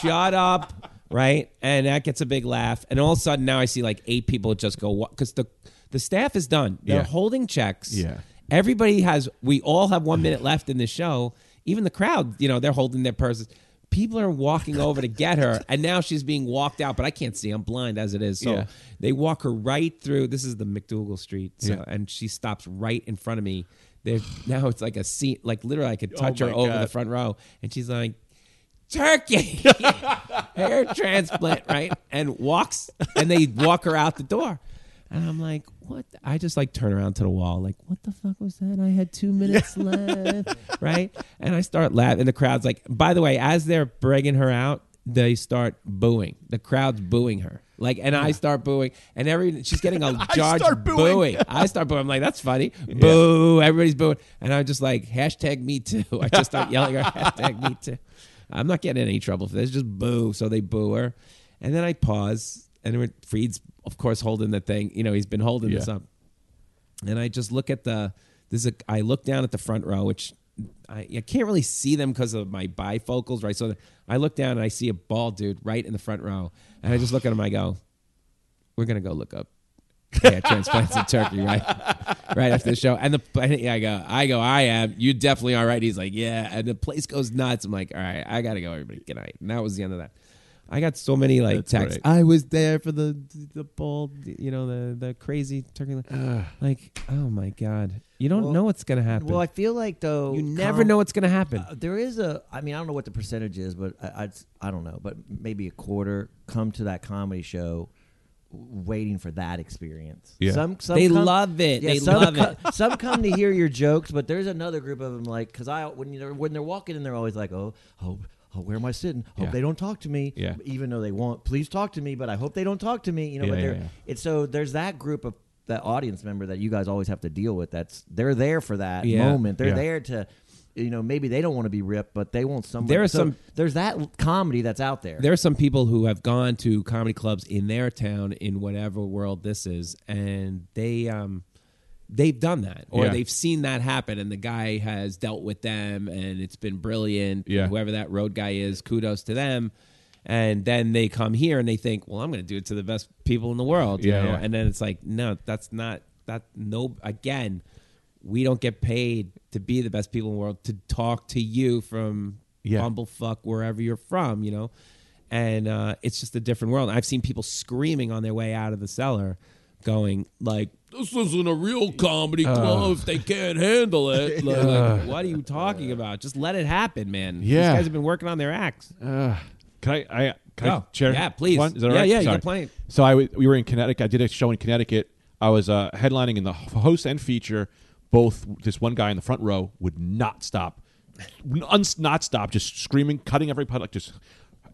Speaker 1: shut up, right? And that gets a big laugh. And all of a sudden, now I see like eight people just go, because the, the staff is done. They're
Speaker 2: Yeah.
Speaker 1: holding checks.
Speaker 2: Yeah.
Speaker 1: Everybody has, we all have one minute left in the show. Even the crowd, you know, they're holding their purses. People are walking over to get her, and now she's being walked out, but I can't see. I'm blind as it is. So
Speaker 2: Yeah.
Speaker 1: they walk her right through. This is the McDougal Street, so,
Speaker 2: Yeah.
Speaker 1: and she stops right in front of me. There now it's like a scene, like literally, I could touch her
Speaker 2: Oh my
Speaker 1: over
Speaker 2: God.
Speaker 1: the front row, and she's like, "Turkey, hair transplant," right? And walks, and they walk her out the door. And I'm like, what? I just like turn around to the wall, like, what the fuck was that? I had two minutes left, right? And I start laughing. And the crowd's like, by the way, as they're breaking her out, they start booing. The crowd's booing her. Like, and I start booing, and every she's getting a charge
Speaker 6: start booing.
Speaker 1: I start booing. I'm like, that's funny. Boo! Everybody's booing, and I'm just like, hashtag me too. I just start yelling her hashtag me too. I'm not getting in any trouble for this. Just boo. So they boo her, and then I pause, and we're- Freed's of course holding the thing. You know, he's been holding this
Speaker 2: Yeah.
Speaker 1: up and I just look at the this is a, I look down at the front row, which I, I can't really see them because of my bifocals, right? So I look down and I see a bald dude right in the front row, and I just look at him. I go, "We're gonna go look up." yeah, transplants in Turkey, right? Right after the show, and the and yeah, I go, I go, I am. You definitely are right. He's like, yeah, and the place goes nuts. I'm like, all right, I gotta go. Everybody, good night. And that was the end of that. I got so many like
Speaker 6: That's
Speaker 1: texts.
Speaker 6: great.
Speaker 1: I was there for the the bald, you know, the the crazy turkey. Like, oh my God. You don't
Speaker 4: Well-
Speaker 1: know what's going to happen.
Speaker 4: Well, I feel like though
Speaker 1: you never
Speaker 4: com-
Speaker 1: know what's going to happen.
Speaker 4: Uh, there is a. I mean, I don't know what the percentage is, but I, I'd s- I don't know, but maybe a quarter come to that comedy show w- waiting for that experience.
Speaker 2: Yeah.
Speaker 4: Some, some
Speaker 1: They
Speaker 4: come-
Speaker 1: love it. They
Speaker 4: some
Speaker 1: love
Speaker 4: co-
Speaker 1: it.
Speaker 4: some come to hear your jokes, but there's another group of them like because I when you when they're walking in, they're always like, oh, oh. Oh, where am I sitting? Hope
Speaker 2: Yeah.
Speaker 4: they don't talk to me.
Speaker 2: Yeah.
Speaker 4: Even though they want, please talk to me, but I hope they don't talk to me. You know,
Speaker 2: Yeah,
Speaker 4: but
Speaker 2: yeah,
Speaker 4: they're
Speaker 2: yeah.
Speaker 4: it's so there's that group of that audience member that you guys always have to deal with. That's they're there for that
Speaker 1: Yeah.
Speaker 4: moment. They're
Speaker 2: Yeah.
Speaker 4: there to, you know, maybe they don't want to be ripped, but they want someone.
Speaker 1: There are
Speaker 4: so
Speaker 1: some-
Speaker 4: There's that l- comedy that's out there.
Speaker 1: There are some people who have gone to comedy clubs in their town, in whatever world this is, and they um, they've done that or
Speaker 2: Yeah.
Speaker 1: they've seen that happen, and the guy has dealt with them, and it's been brilliant.
Speaker 2: Yeah.
Speaker 1: Whoever that road guy is, kudos to them. And then they come here and they think, well, I'm going to do it to the best people in the world, you
Speaker 2: Yeah,
Speaker 1: know?
Speaker 2: yeah.
Speaker 1: And then it's like, no, that's not that. No, again, we don't get paid to be the best people in the world to talk to you from
Speaker 2: Yeah.
Speaker 1: humble fuck wherever you're from, you know? And uh, it's just a different world. I've seen people screaming on their way out of the cellar, going like, "This isn't a real comedy
Speaker 2: Uh.
Speaker 1: club. if they can't handle it, like, like, what are you talking about? Just let it happen, man.
Speaker 2: Yeah.
Speaker 1: These guys have been working on their acts.
Speaker 2: Uh, can I? I can
Speaker 1: Go.
Speaker 2: I share?
Speaker 1: Yeah, please.
Speaker 2: One? Is that all
Speaker 1: Yeah,
Speaker 2: right?
Speaker 1: yeah, you
Speaker 2: Sorry.
Speaker 1: got plenty.
Speaker 2: So I w- we were in Connecticut. I did a show in Connecticut. I was uh, headlining in the h- host and feature. Both this one guy in the front row would not stop, un- not stop, just screaming, cutting every putt, like just.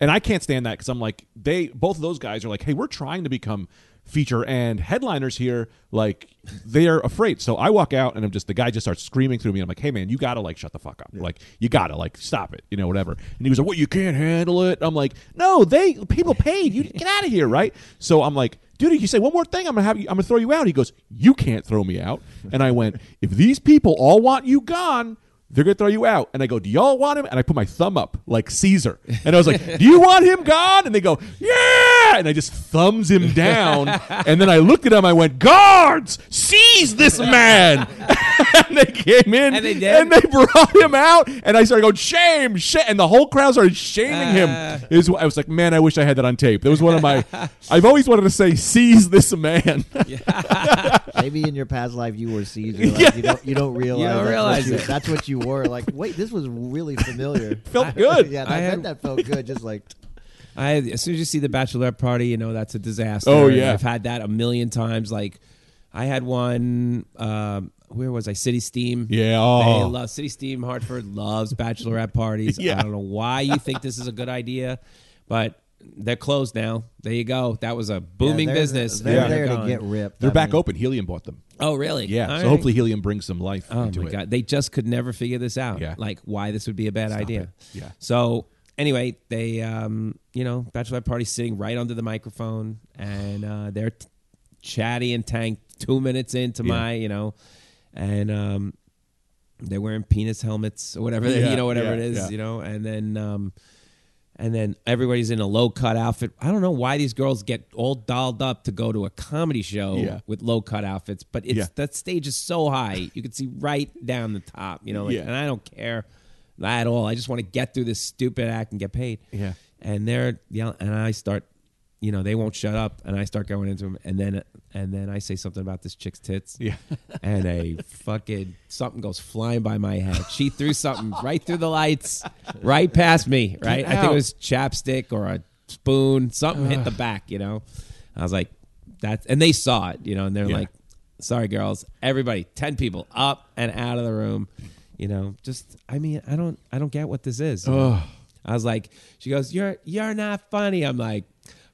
Speaker 2: And I can't stand that because I'm like they both of those guys are like, hey, we're trying to become feature and headliners here. Like they're afraid. So I walk out and I'm just the guy just starts screaming through me. I'm like, hey man, you gotta like shut the fuck up. Like you gotta like stop it. You know whatever. And he was like, what you can't handle it. I'm like, no, they people paid you get out of here, right? So I'm like, dude, if you say one more thing, I'm gonna have you, I'm gonna throw you out. He goes, you can't throw me out. And I went, if these people all want you gone. They're gonna throw you out, and I go, "Do y'all want him?" And I put my thumb up like Caesar, and I was like, "Do you want him gone?" And they go, "Yeah!" And I just thumbs him down, and then I looked at him. I went, "Guards, seize this man!" and they came in,
Speaker 1: And they did?
Speaker 2: and they brought him out, and I started going, "Shame, shame!" And the whole crowd started shaming
Speaker 1: Uh.
Speaker 2: him. It was, I was like, "Man, I wish I had that on tape." That was one of my. I've always wanted to say, "Seize this man."
Speaker 3: Maybe in your past life you were Caesar. Like, You don't you don't realize, that's,
Speaker 1: realize
Speaker 3: what you,
Speaker 1: it.
Speaker 3: that's what you were. Like, wait, this was really familiar.
Speaker 2: Felt good.
Speaker 3: yeah,
Speaker 1: I
Speaker 3: I,
Speaker 1: had-
Speaker 3: bet that felt good. Just like
Speaker 1: I as soon as you see the bachelorette party, you know that's a disaster.
Speaker 2: Oh,
Speaker 1: And
Speaker 2: yeah.
Speaker 1: I've had that a million times. Like I had one. Um, where was I? City Steam.
Speaker 2: Yeah,
Speaker 1: They
Speaker 2: oh.
Speaker 1: love City Steam. Hartford loves bachelorette parties.
Speaker 2: Yeah.
Speaker 1: I don't know why you think this is a good idea, but they're closed now. There you go. That was a booming
Speaker 3: they're-
Speaker 1: business.
Speaker 3: They're
Speaker 2: Yeah.
Speaker 3: there to
Speaker 1: Gone.
Speaker 3: get ripped.
Speaker 2: They're
Speaker 3: I
Speaker 2: back
Speaker 3: mean,
Speaker 2: open. Helium bought them.
Speaker 1: Oh, really?
Speaker 2: Yeah,
Speaker 1: All
Speaker 2: so
Speaker 1: right.
Speaker 2: hopefully helium brings some life
Speaker 1: Oh
Speaker 2: into
Speaker 1: my
Speaker 2: it.
Speaker 1: god, they just could never figure this out.
Speaker 2: Yeah.
Speaker 1: like why this would be a bad idea.
Speaker 2: Yeah.
Speaker 1: So anyway, they, um, you know, bachelorette party sitting right under the microphone, and uh, they're t- chatty and tanked two minutes into
Speaker 2: Yeah.
Speaker 1: my, you know, and um, they're wearing penis helmets or whatever,
Speaker 2: Yeah,
Speaker 1: you know, whatever
Speaker 2: yeah,
Speaker 1: it is,
Speaker 2: yeah.
Speaker 1: you know, and then. Um, and then everybody's in a low cut outfit. I don't know why these girls get all dolled up to go to a comedy show
Speaker 2: Yeah.
Speaker 1: with low cut outfits, but it's
Speaker 2: Yeah.
Speaker 1: that stage is so high you can see right down the top. You know, like,
Speaker 2: Yeah.
Speaker 1: and I don't care at all. I just want to get through this stupid act and get paid.
Speaker 2: Yeah.
Speaker 1: And they're yelling, and I start, you know, they won't shut up, and I start going into them, and then and then I say something about this chick's tits.
Speaker 2: Yeah.
Speaker 1: and a fucking something goes flying by my head. She threw something right through the lights, right past me. Right, I think
Speaker 2: out.
Speaker 1: it was chapstick or a spoon. Something hit the back. You know, I was like, that's and they saw it, you know, and they're
Speaker 2: Yeah.
Speaker 1: like, "Sorry, girls, everybody, ten people up and out of the room." You know, just I mean, I don't, I don't get what this is. I was like, she goes, "You're, you're not funny." I'm like,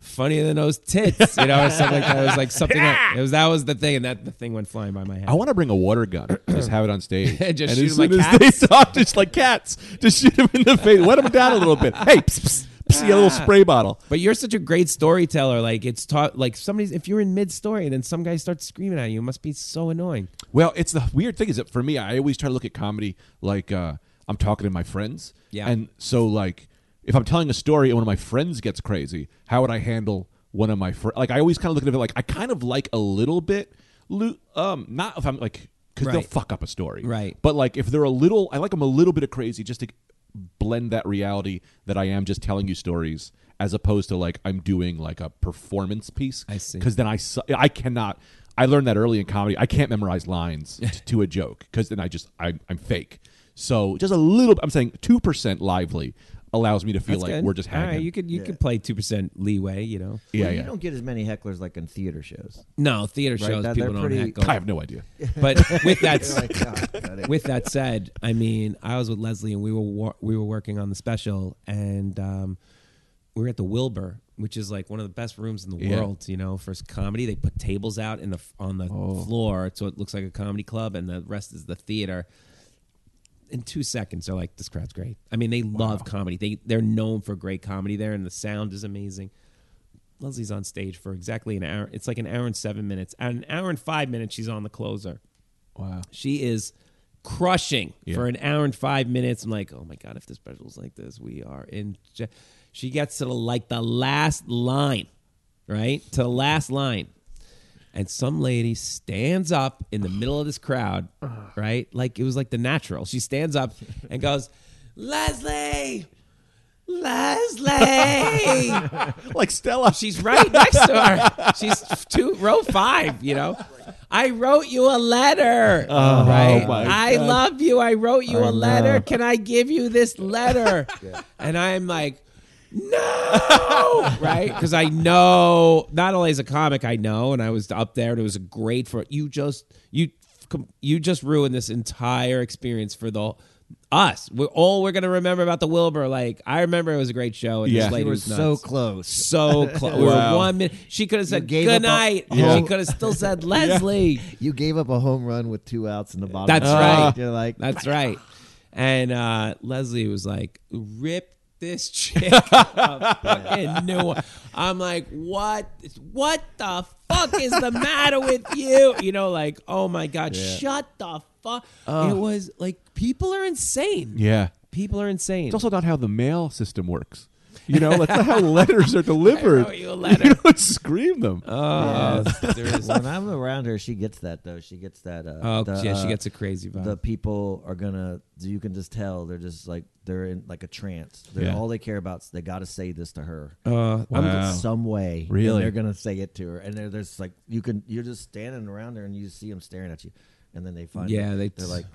Speaker 1: "Funnier than those tits," you know, or something like that. It was like something. That, it was that was the thing, and that the thing went flying by my head.
Speaker 2: I want to bring a water gun. Just have it on stage.
Speaker 1: And just
Speaker 2: and
Speaker 1: shoot
Speaker 2: as
Speaker 1: 'em like
Speaker 2: soon as
Speaker 1: cats?
Speaker 2: they talk, just like cats, just shoot them in the face. Wet them down a little bit. Hey, pss, pss, pss, you got a little spray bottle.
Speaker 1: But you're such a great storyteller. Like it's taught. Like somebody's if you're in mid story and then some guy starts screaming at you, it must be so annoying.
Speaker 2: Well, it's the weird thing is that for me, I always try to look at comedy like uh, I'm talking to my friends.
Speaker 1: Yeah.
Speaker 2: And so, like, if I'm telling a story and one of my friends gets crazy, how would I handle one of my friends? Like, I always kind of look at it like I kind of like a little bit, lo- um, not if I'm like because they'll
Speaker 1: Right.
Speaker 2: fuck up a story,
Speaker 1: Right.
Speaker 2: But like, if they're a little, I like them a little bit of crazy just to blend that reality that I am just telling you stories. As opposed to like I'm doing like a performance piece,
Speaker 1: I see.
Speaker 2: because then I su- I cannot. I learned that early in comedy. I can't memorize lines t- to a joke because then I just I, I'm fake. So just a little. I'm saying two percent lively allows me to feel
Speaker 1: That's
Speaker 2: like
Speaker 1: good.
Speaker 2: we're just
Speaker 1: All
Speaker 2: hanging.
Speaker 1: right, you could you could play two percent leeway. You know,
Speaker 2: yeah,
Speaker 3: Well,
Speaker 2: yeah.
Speaker 3: You don't get as many hecklers like in theater shows.
Speaker 1: no theater
Speaker 3: Right,
Speaker 1: shows
Speaker 3: that-
Speaker 1: people
Speaker 3: they're
Speaker 1: don't
Speaker 3: pretty-
Speaker 1: heckle.
Speaker 2: I have no idea.
Speaker 1: But with that
Speaker 3: "Oh,
Speaker 1: with that said, I mean, I was with Leslie and we were wa- we were working on the special, and um, we were at the Wilbur, which is like one of the best rooms in the
Speaker 2: Yeah.
Speaker 1: world. You know, for s- comedy, they put tables out in the f- on the floor, so it looks like a comedy club, and the rest is the theater. In two seconds, they're like, "This crowd's great." I mean, they love comedy. They they're known for great comedy there, and the sound is amazing. Leslie's on stage for exactly an hour. It's like an hour and seven minutes. At an hour and five minutes, she's on the closer.
Speaker 2: Wow.
Speaker 1: She is crushing
Speaker 2: Yeah.
Speaker 1: for an hour and five minutes. I'm like, oh my god, if this special's like this, we are in. ja-" She gets to the, like the last line, right to the last line, and some lady stands up in the middle of this crowd, right? Like it was like the natural. She stands up and goes, Leslie. Leslie,
Speaker 2: Like Stella,
Speaker 1: She's right next to her. She's two row five. You know, I wrote you a letter. right?
Speaker 2: Oh, my
Speaker 1: I
Speaker 2: God.
Speaker 1: love you. I wrote you a letter. Can I give you this letter? And I'm like, no, right? Because I know not only as a comic, I know, and I was up there, and it was a great for you. Just you, you just ruined this entire experience for the. Us, we're all we're gonna remember about the Wilbur. Like I remember, it was a great show. And
Speaker 2: Yeah.
Speaker 1: this
Speaker 2: You
Speaker 1: lady
Speaker 3: You were
Speaker 1: was
Speaker 3: so
Speaker 1: nuts
Speaker 3: close.
Speaker 1: so close. We
Speaker 2: Wow.
Speaker 1: were one minute. She could have said
Speaker 3: gave
Speaker 1: good
Speaker 3: up a-
Speaker 1: night.
Speaker 2: Yeah.
Speaker 1: She could have still said Leslie.
Speaker 3: You gave up a home run with two outs in the bottom.
Speaker 1: That's
Speaker 3: of the
Speaker 1: right.
Speaker 3: ninth. You're like,
Speaker 1: That's right. And uh, Leslie was like, "Rip this chick a fucking new one." I'm like, "What? What the fuck is the matter with you?" You know, like, "Oh my god, shut the fuck." It was like people are insane.
Speaker 2: yeah.
Speaker 1: People are insane.
Speaker 2: It's also not how the mail system works. You know, that's not how letters are delivered.
Speaker 1: wrote you a letter.
Speaker 2: You don't scream them.
Speaker 1: Oh,
Speaker 3: when I'm around her, she gets that though. She gets that. Uh,
Speaker 1: oh
Speaker 3: the,
Speaker 1: yeah,
Speaker 3: uh,
Speaker 1: she gets a crazy vibe.
Speaker 3: the people are gonna. You can just tell they're just like they're in like a trance. They're,
Speaker 2: Yeah.
Speaker 3: All they care about is they got to say this to her.
Speaker 1: uh,
Speaker 3: I'm
Speaker 2: Wow.
Speaker 3: in some way. and
Speaker 2: Really?
Speaker 3: they're gonna say it to her, and they're just like you can. You're just standing around her, and you see them staring at you, and then they find.
Speaker 1: Yeah, they-
Speaker 3: they're like,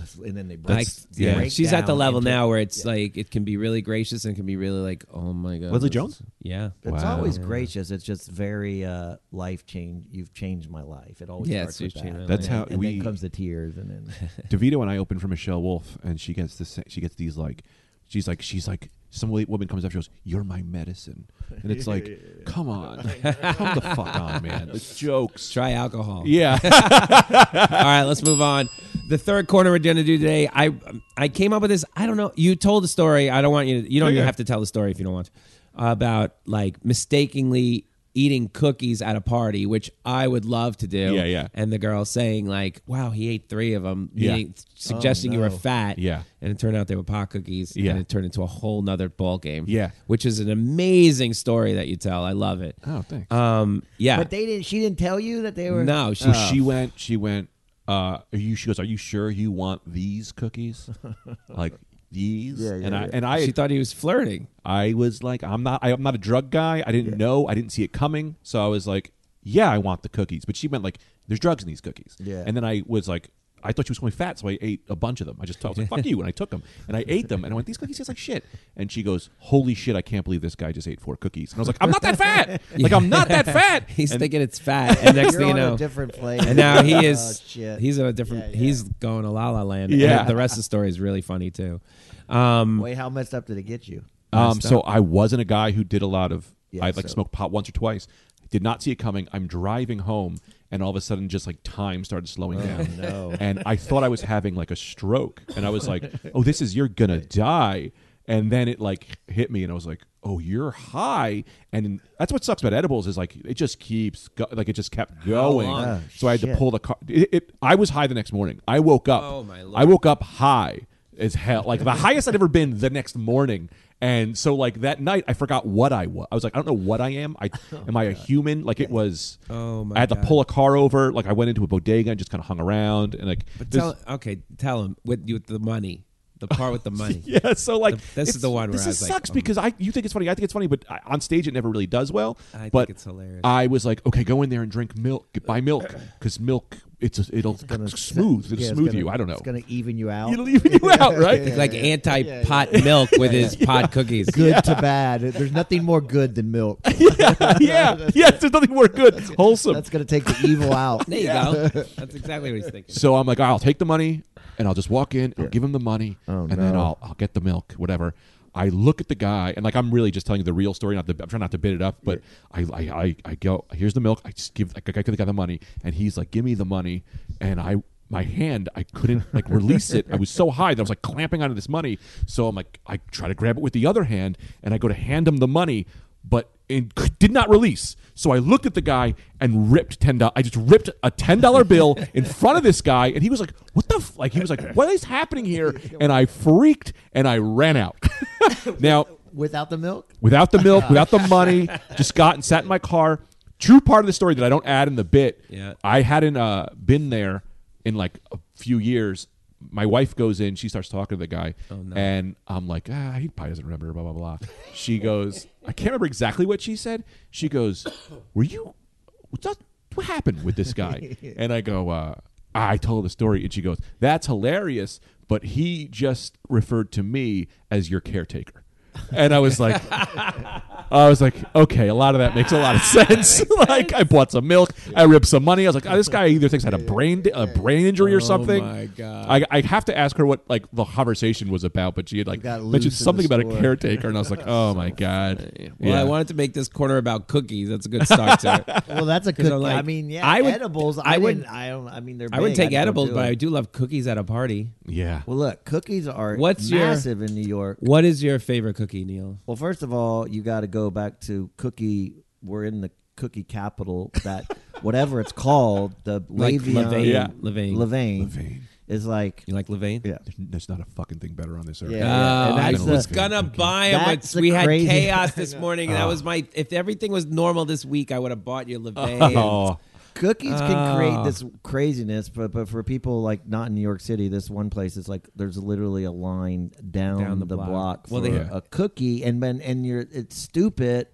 Speaker 3: "Leslie," and then they
Speaker 1: I,
Speaker 3: break. they
Speaker 1: yeah,
Speaker 3: break
Speaker 1: she's at the
Speaker 3: down
Speaker 1: level
Speaker 3: into-
Speaker 1: now where it's like it can be really gracious and can be really like, oh my god,
Speaker 2: Leslie
Speaker 1: this
Speaker 2: Jones?
Speaker 1: is- yeah,
Speaker 3: It's
Speaker 2: Wow.
Speaker 3: always gracious. It's just very uh, life change. You've changed my life. It always
Speaker 1: Yeah,
Speaker 3: starts
Speaker 1: it's
Speaker 3: with
Speaker 1: changed my
Speaker 3: that.
Speaker 1: life.
Speaker 2: That's how
Speaker 3: and
Speaker 2: we-
Speaker 3: then comes the tears, and then
Speaker 2: DeVito and I opened for Michelle Wolf, and she gets this. She gets these like, she's like, she's like, some wa- woman comes up, she goes, "You're my medicine," and it's like, come on, come the fuck on, man. The jokes.
Speaker 1: try alcohol.
Speaker 2: Yeah,
Speaker 1: All right, let's move on. The third corner we're gonna do today. I I came up with this. I don't know. You told the story. I don't want you. To, you don't even have to tell the story if you don't want to. About like mistakenly eating cookies at a party, which I would love to do.
Speaker 2: Yeah, yeah.
Speaker 1: And the girl saying like, "Wow, he ate three of them,"
Speaker 2: Yeah. Oh,
Speaker 1: meaning- suggesting you were fat.
Speaker 2: Yeah.
Speaker 1: And it turned out they were pot cookies.
Speaker 2: Yeah.
Speaker 1: And it turned into a whole nother ball game.
Speaker 2: Yeah.
Speaker 1: Which is an amazing story that you tell. I love it.
Speaker 2: Oh, thanks.
Speaker 1: Um. Yeah.
Speaker 3: but they didn't. She didn't tell you that they were. uh,
Speaker 1: no, she
Speaker 2: So she went. She went. Uh, are you? She goes. Are you sure you want these cookies? like these?
Speaker 3: Yeah,
Speaker 2: and
Speaker 3: yeah,
Speaker 2: I
Speaker 3: yeah.
Speaker 2: and I
Speaker 1: she thought he was flirting.
Speaker 2: I was like, I'm not. I, I'm not a drug guy. I didn't know. I didn't see it coming. So I was like, Yeah, I want the cookies. But she meant like, There's drugs in these cookies.
Speaker 3: Yeah.
Speaker 2: And then I was like, I thought she was calling me fat, so I ate a bunch of them. I just thought, I was like, fuck you. And I took them and I ate them. And I went, these cookies taste like shit. And she goes, holy shit, I can't believe this guy just ate four cookies. And I was like, I'm not that fat. Like, I'm not that fat.
Speaker 1: He's
Speaker 2: and
Speaker 1: thinking it's fat, and next
Speaker 4: You're
Speaker 1: thing you
Speaker 4: on
Speaker 1: know,
Speaker 4: a different plane.
Speaker 1: and now he
Speaker 4: Oh,
Speaker 1: is
Speaker 4: shit.
Speaker 1: he's on a different
Speaker 4: Yeah, yeah.
Speaker 1: he's going to la la land
Speaker 2: Yeah.
Speaker 1: and the rest of the story is really funny too um
Speaker 4: Wait, how messed up did it get you?
Speaker 2: Um, so I wasn't a guy who did a lot of.
Speaker 4: Yeah,
Speaker 2: I like
Speaker 4: so-
Speaker 2: smoked pot once or twice. Did not see it coming. I'm driving home, and all of a sudden, just like time started slowing down.
Speaker 4: no.
Speaker 2: And I thought I was having like a stroke, and I was like, "Oh, this is you're gonna die." And then it like hit me, and I was like, "Oh, you're high." And that's what sucks about edibles is like it just keeps go- like it just kept going.
Speaker 1: long?
Speaker 4: Oh,
Speaker 2: so I had to
Speaker 4: shit.
Speaker 2: pull the car. It, it, I was high the next morning. I woke up.
Speaker 1: Oh, my Lord.
Speaker 2: I woke up high as hell, like the highest I'd ever been the next morning. And so, like that night, I forgot what I was. I was like, I don't know what I am. I am I a human? Like it was.
Speaker 1: Oh, my
Speaker 2: I had to
Speaker 1: God.
Speaker 2: pull a car over. Like I went into a bodega and just kind of hung around and like.
Speaker 1: but
Speaker 2: this-
Speaker 1: tell okay tell him with you with the money the part with the money
Speaker 2: yeah, so like
Speaker 1: The- this is
Speaker 2: it's-
Speaker 1: the one where
Speaker 2: this
Speaker 1: I
Speaker 2: is
Speaker 1: was like,
Speaker 2: sucks
Speaker 1: um,
Speaker 2: because I you think it's funny, I think it's funny, but I, on stage it never really does well.
Speaker 1: I think
Speaker 2: but
Speaker 1: it's hilarious.
Speaker 2: I was like, okay, go in there and drink milk, buy milk because milk it's a, it'll smooth, it'll
Speaker 4: Yeah, it's
Speaker 2: smooth
Speaker 4: gonna-
Speaker 2: you. I don't know.
Speaker 4: It's gonna even you out.
Speaker 2: It'll even you out, right?
Speaker 4: Yeah,
Speaker 1: like
Speaker 4: yeah, yeah.
Speaker 1: anti pot milk with his pot cookies
Speaker 4: good to bad. There's nothing more good than milk.
Speaker 2: yeah, yeah, yes. There's nothing more good, wholesome.
Speaker 4: That's gonna take the evil out.
Speaker 1: there you go that's exactly what he's thinking
Speaker 2: So I'm like, I'll take the money and I'll just walk in, I'll give him the money,
Speaker 4: Oh,
Speaker 2: and then
Speaker 4: no.
Speaker 2: I'll, I'll get the milk, whatever. I look at the guy, and like I'm really just telling you the real story. Not the, I'm trying not to bid it up, but I, I, I, I go. Here's the milk. I just give. Like, I give the guy the money, and he's like, "Give me the money," and I, my hand, I couldn't like release it. I was so high that I was like clamping onto this money. So I'm like, I try to grab it with the other hand, and I go to hand him the money, but and did not release. So I looked at the guy and ripped ten dollars. I just ripped a ten dollar bill in front of this guy, and he was like, "What the?" F-? Like he was like, "What is happening here?" And I freaked and I ran out. now,
Speaker 4: Without the milk,
Speaker 2: without the milk, without the money, just got and sat in my car. True part of the story that I don't add in the bit.
Speaker 1: Yeah.
Speaker 2: I hadn't uh, been there in like a few years. My wife goes in, she starts talking to the guy, and I'm like, ah, he probably doesn't remember, blah blah blah. She goes, I can't remember exactly what she said. She goes, were you? What, the- what happened with this guy? and I go, uh, I told the story, and she goes, that's hilarious, but he just referred to me as your caretaker. And I was like, I was like, okay, a lot of that makes a lot of sense. like, I bought some milk, I ripped some money. I was like, oh, this guy either thinks I had a brain di- a brain injury or something.
Speaker 1: Oh my God.
Speaker 2: I, I have to ask her what like the conversation was about, but she had like
Speaker 4: You got
Speaker 2: mentioned
Speaker 4: loose in
Speaker 2: something
Speaker 4: the
Speaker 2: about a
Speaker 4: store.
Speaker 2: caretaker, and I was like, oh my god.
Speaker 1: well
Speaker 2: Yeah.
Speaker 1: i wanted to make this corner about cookies that's a good start to it
Speaker 4: well, that's a
Speaker 1: 'Cause
Speaker 4: good.
Speaker 1: I'm like,
Speaker 4: I mean, yeah,
Speaker 1: I would-
Speaker 4: edibles. I,
Speaker 1: I would-
Speaker 4: wouldn't. I don't. I mean, they're.
Speaker 1: i wouldn't take
Speaker 4: big. just don't
Speaker 1: edibles
Speaker 4: do
Speaker 1: but
Speaker 4: it.
Speaker 1: i do love cookies at a party
Speaker 2: yeah.
Speaker 4: Well, look, cookies are
Speaker 1: What's your-
Speaker 4: massive in New York.
Speaker 1: what is your favorite cookie neil
Speaker 4: Well, first of all, you got to go back to cookie. We're in the cookie capital. That whatever it's called, the
Speaker 1: Like
Speaker 4: Levian,
Speaker 1: Levain,
Speaker 2: Yeah.
Speaker 1: Levain.
Speaker 4: Levain
Speaker 2: Levain.
Speaker 4: is like
Speaker 1: you like levain
Speaker 4: yeah.
Speaker 2: There's not a fucking thing better on this earth.
Speaker 4: Yeah.
Speaker 1: Oh,
Speaker 4: and
Speaker 1: I
Speaker 4: that's
Speaker 1: was
Speaker 4: the-
Speaker 1: gonna buy them, but
Speaker 4: that's the
Speaker 1: we had
Speaker 4: crazy-
Speaker 1: chaos this morning, and that was
Speaker 2: Uh-huh.
Speaker 1: my. If everything was normal this week, I would have bought your Levain.
Speaker 2: Oh,
Speaker 4: Cookies can
Speaker 1: Oh.
Speaker 4: create this craziness, but but for people like not in New York City, this one place is like there's literally a line down,
Speaker 1: Down the
Speaker 4: the,
Speaker 1: block.
Speaker 4: block,
Speaker 1: Well,
Speaker 4: for
Speaker 1: they-
Speaker 4: a cookie, and then and you're it's stupid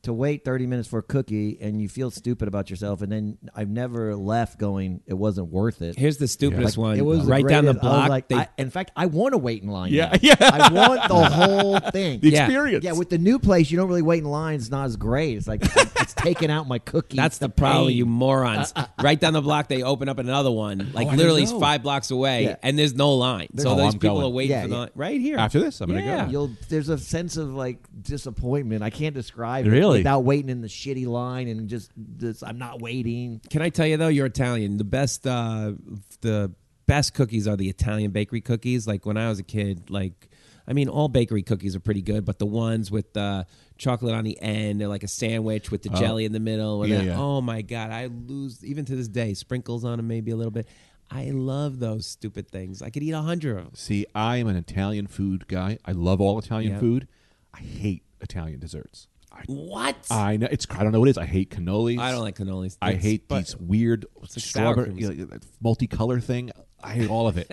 Speaker 4: to wait 30 minutes for a cookie, and you feel stupid about yourself, and then I've never left going it wasn't worth it.
Speaker 1: Here's the stupidest
Speaker 4: Like,
Speaker 1: one.
Speaker 4: It was
Speaker 1: right down the
Speaker 4: greatest- I was
Speaker 1: block.
Speaker 4: like,
Speaker 1: they,
Speaker 4: I- in fact, I want to wait in line.
Speaker 2: Yeah,
Speaker 4: now.
Speaker 2: yeah.
Speaker 4: I want the whole thing.
Speaker 2: the
Speaker 1: Yeah.
Speaker 2: experience.
Speaker 4: Yeah, with the new place, you don't really wait in line. It's not as great. It's like it's taking out my cookie.
Speaker 1: that's the problem,
Speaker 4: pain.
Speaker 1: you morons. right down the block, they open up another one, like
Speaker 2: Oh, I didn't
Speaker 1: literally it's
Speaker 2: know.
Speaker 1: five blocks away,
Speaker 4: Yeah.
Speaker 1: and there's no line. so
Speaker 2: Oh,
Speaker 1: those
Speaker 2: I'm
Speaker 1: people
Speaker 2: going.
Speaker 1: are waiting
Speaker 4: Yeah,
Speaker 1: for the
Speaker 4: yeah.
Speaker 1: line. right here.
Speaker 2: after this, I'm
Speaker 1: Yeah.
Speaker 2: gonna go.
Speaker 4: You'll there's a sense of like disappointment. I can't describe it
Speaker 2: Really?
Speaker 4: without waiting in the shitty line and just this I'm not waiting.
Speaker 1: Can I tell you though, you're Italian. The best, uh, the best cookies are the Italian bakery cookies. Like when I was a kid, like I mean, all bakery cookies are pretty good, but the ones with uh, chocolate on the end, they're like a sandwich with the jelly in the middle. And
Speaker 2: Oh. Yeah,
Speaker 1: then-
Speaker 2: yeah.
Speaker 1: oh my god, I lose even to this day. Sprinkles on them, maybe a little bit. I love those stupid things. I could eat a hundred of them.
Speaker 2: See, I am an Italian food guy. I love all Italian
Speaker 1: Yeah.
Speaker 2: food. I hate Italian desserts. I,
Speaker 1: What?
Speaker 2: I know it's. I don't know what it is. I hate cannolis.
Speaker 1: I don't like cannolis.
Speaker 2: Uh, I
Speaker 1: It's-
Speaker 2: hate
Speaker 1: but-
Speaker 2: these weird
Speaker 1: like
Speaker 2: strawberry,
Speaker 1: sour
Speaker 2: you know, multicolor thing. I hate all of it.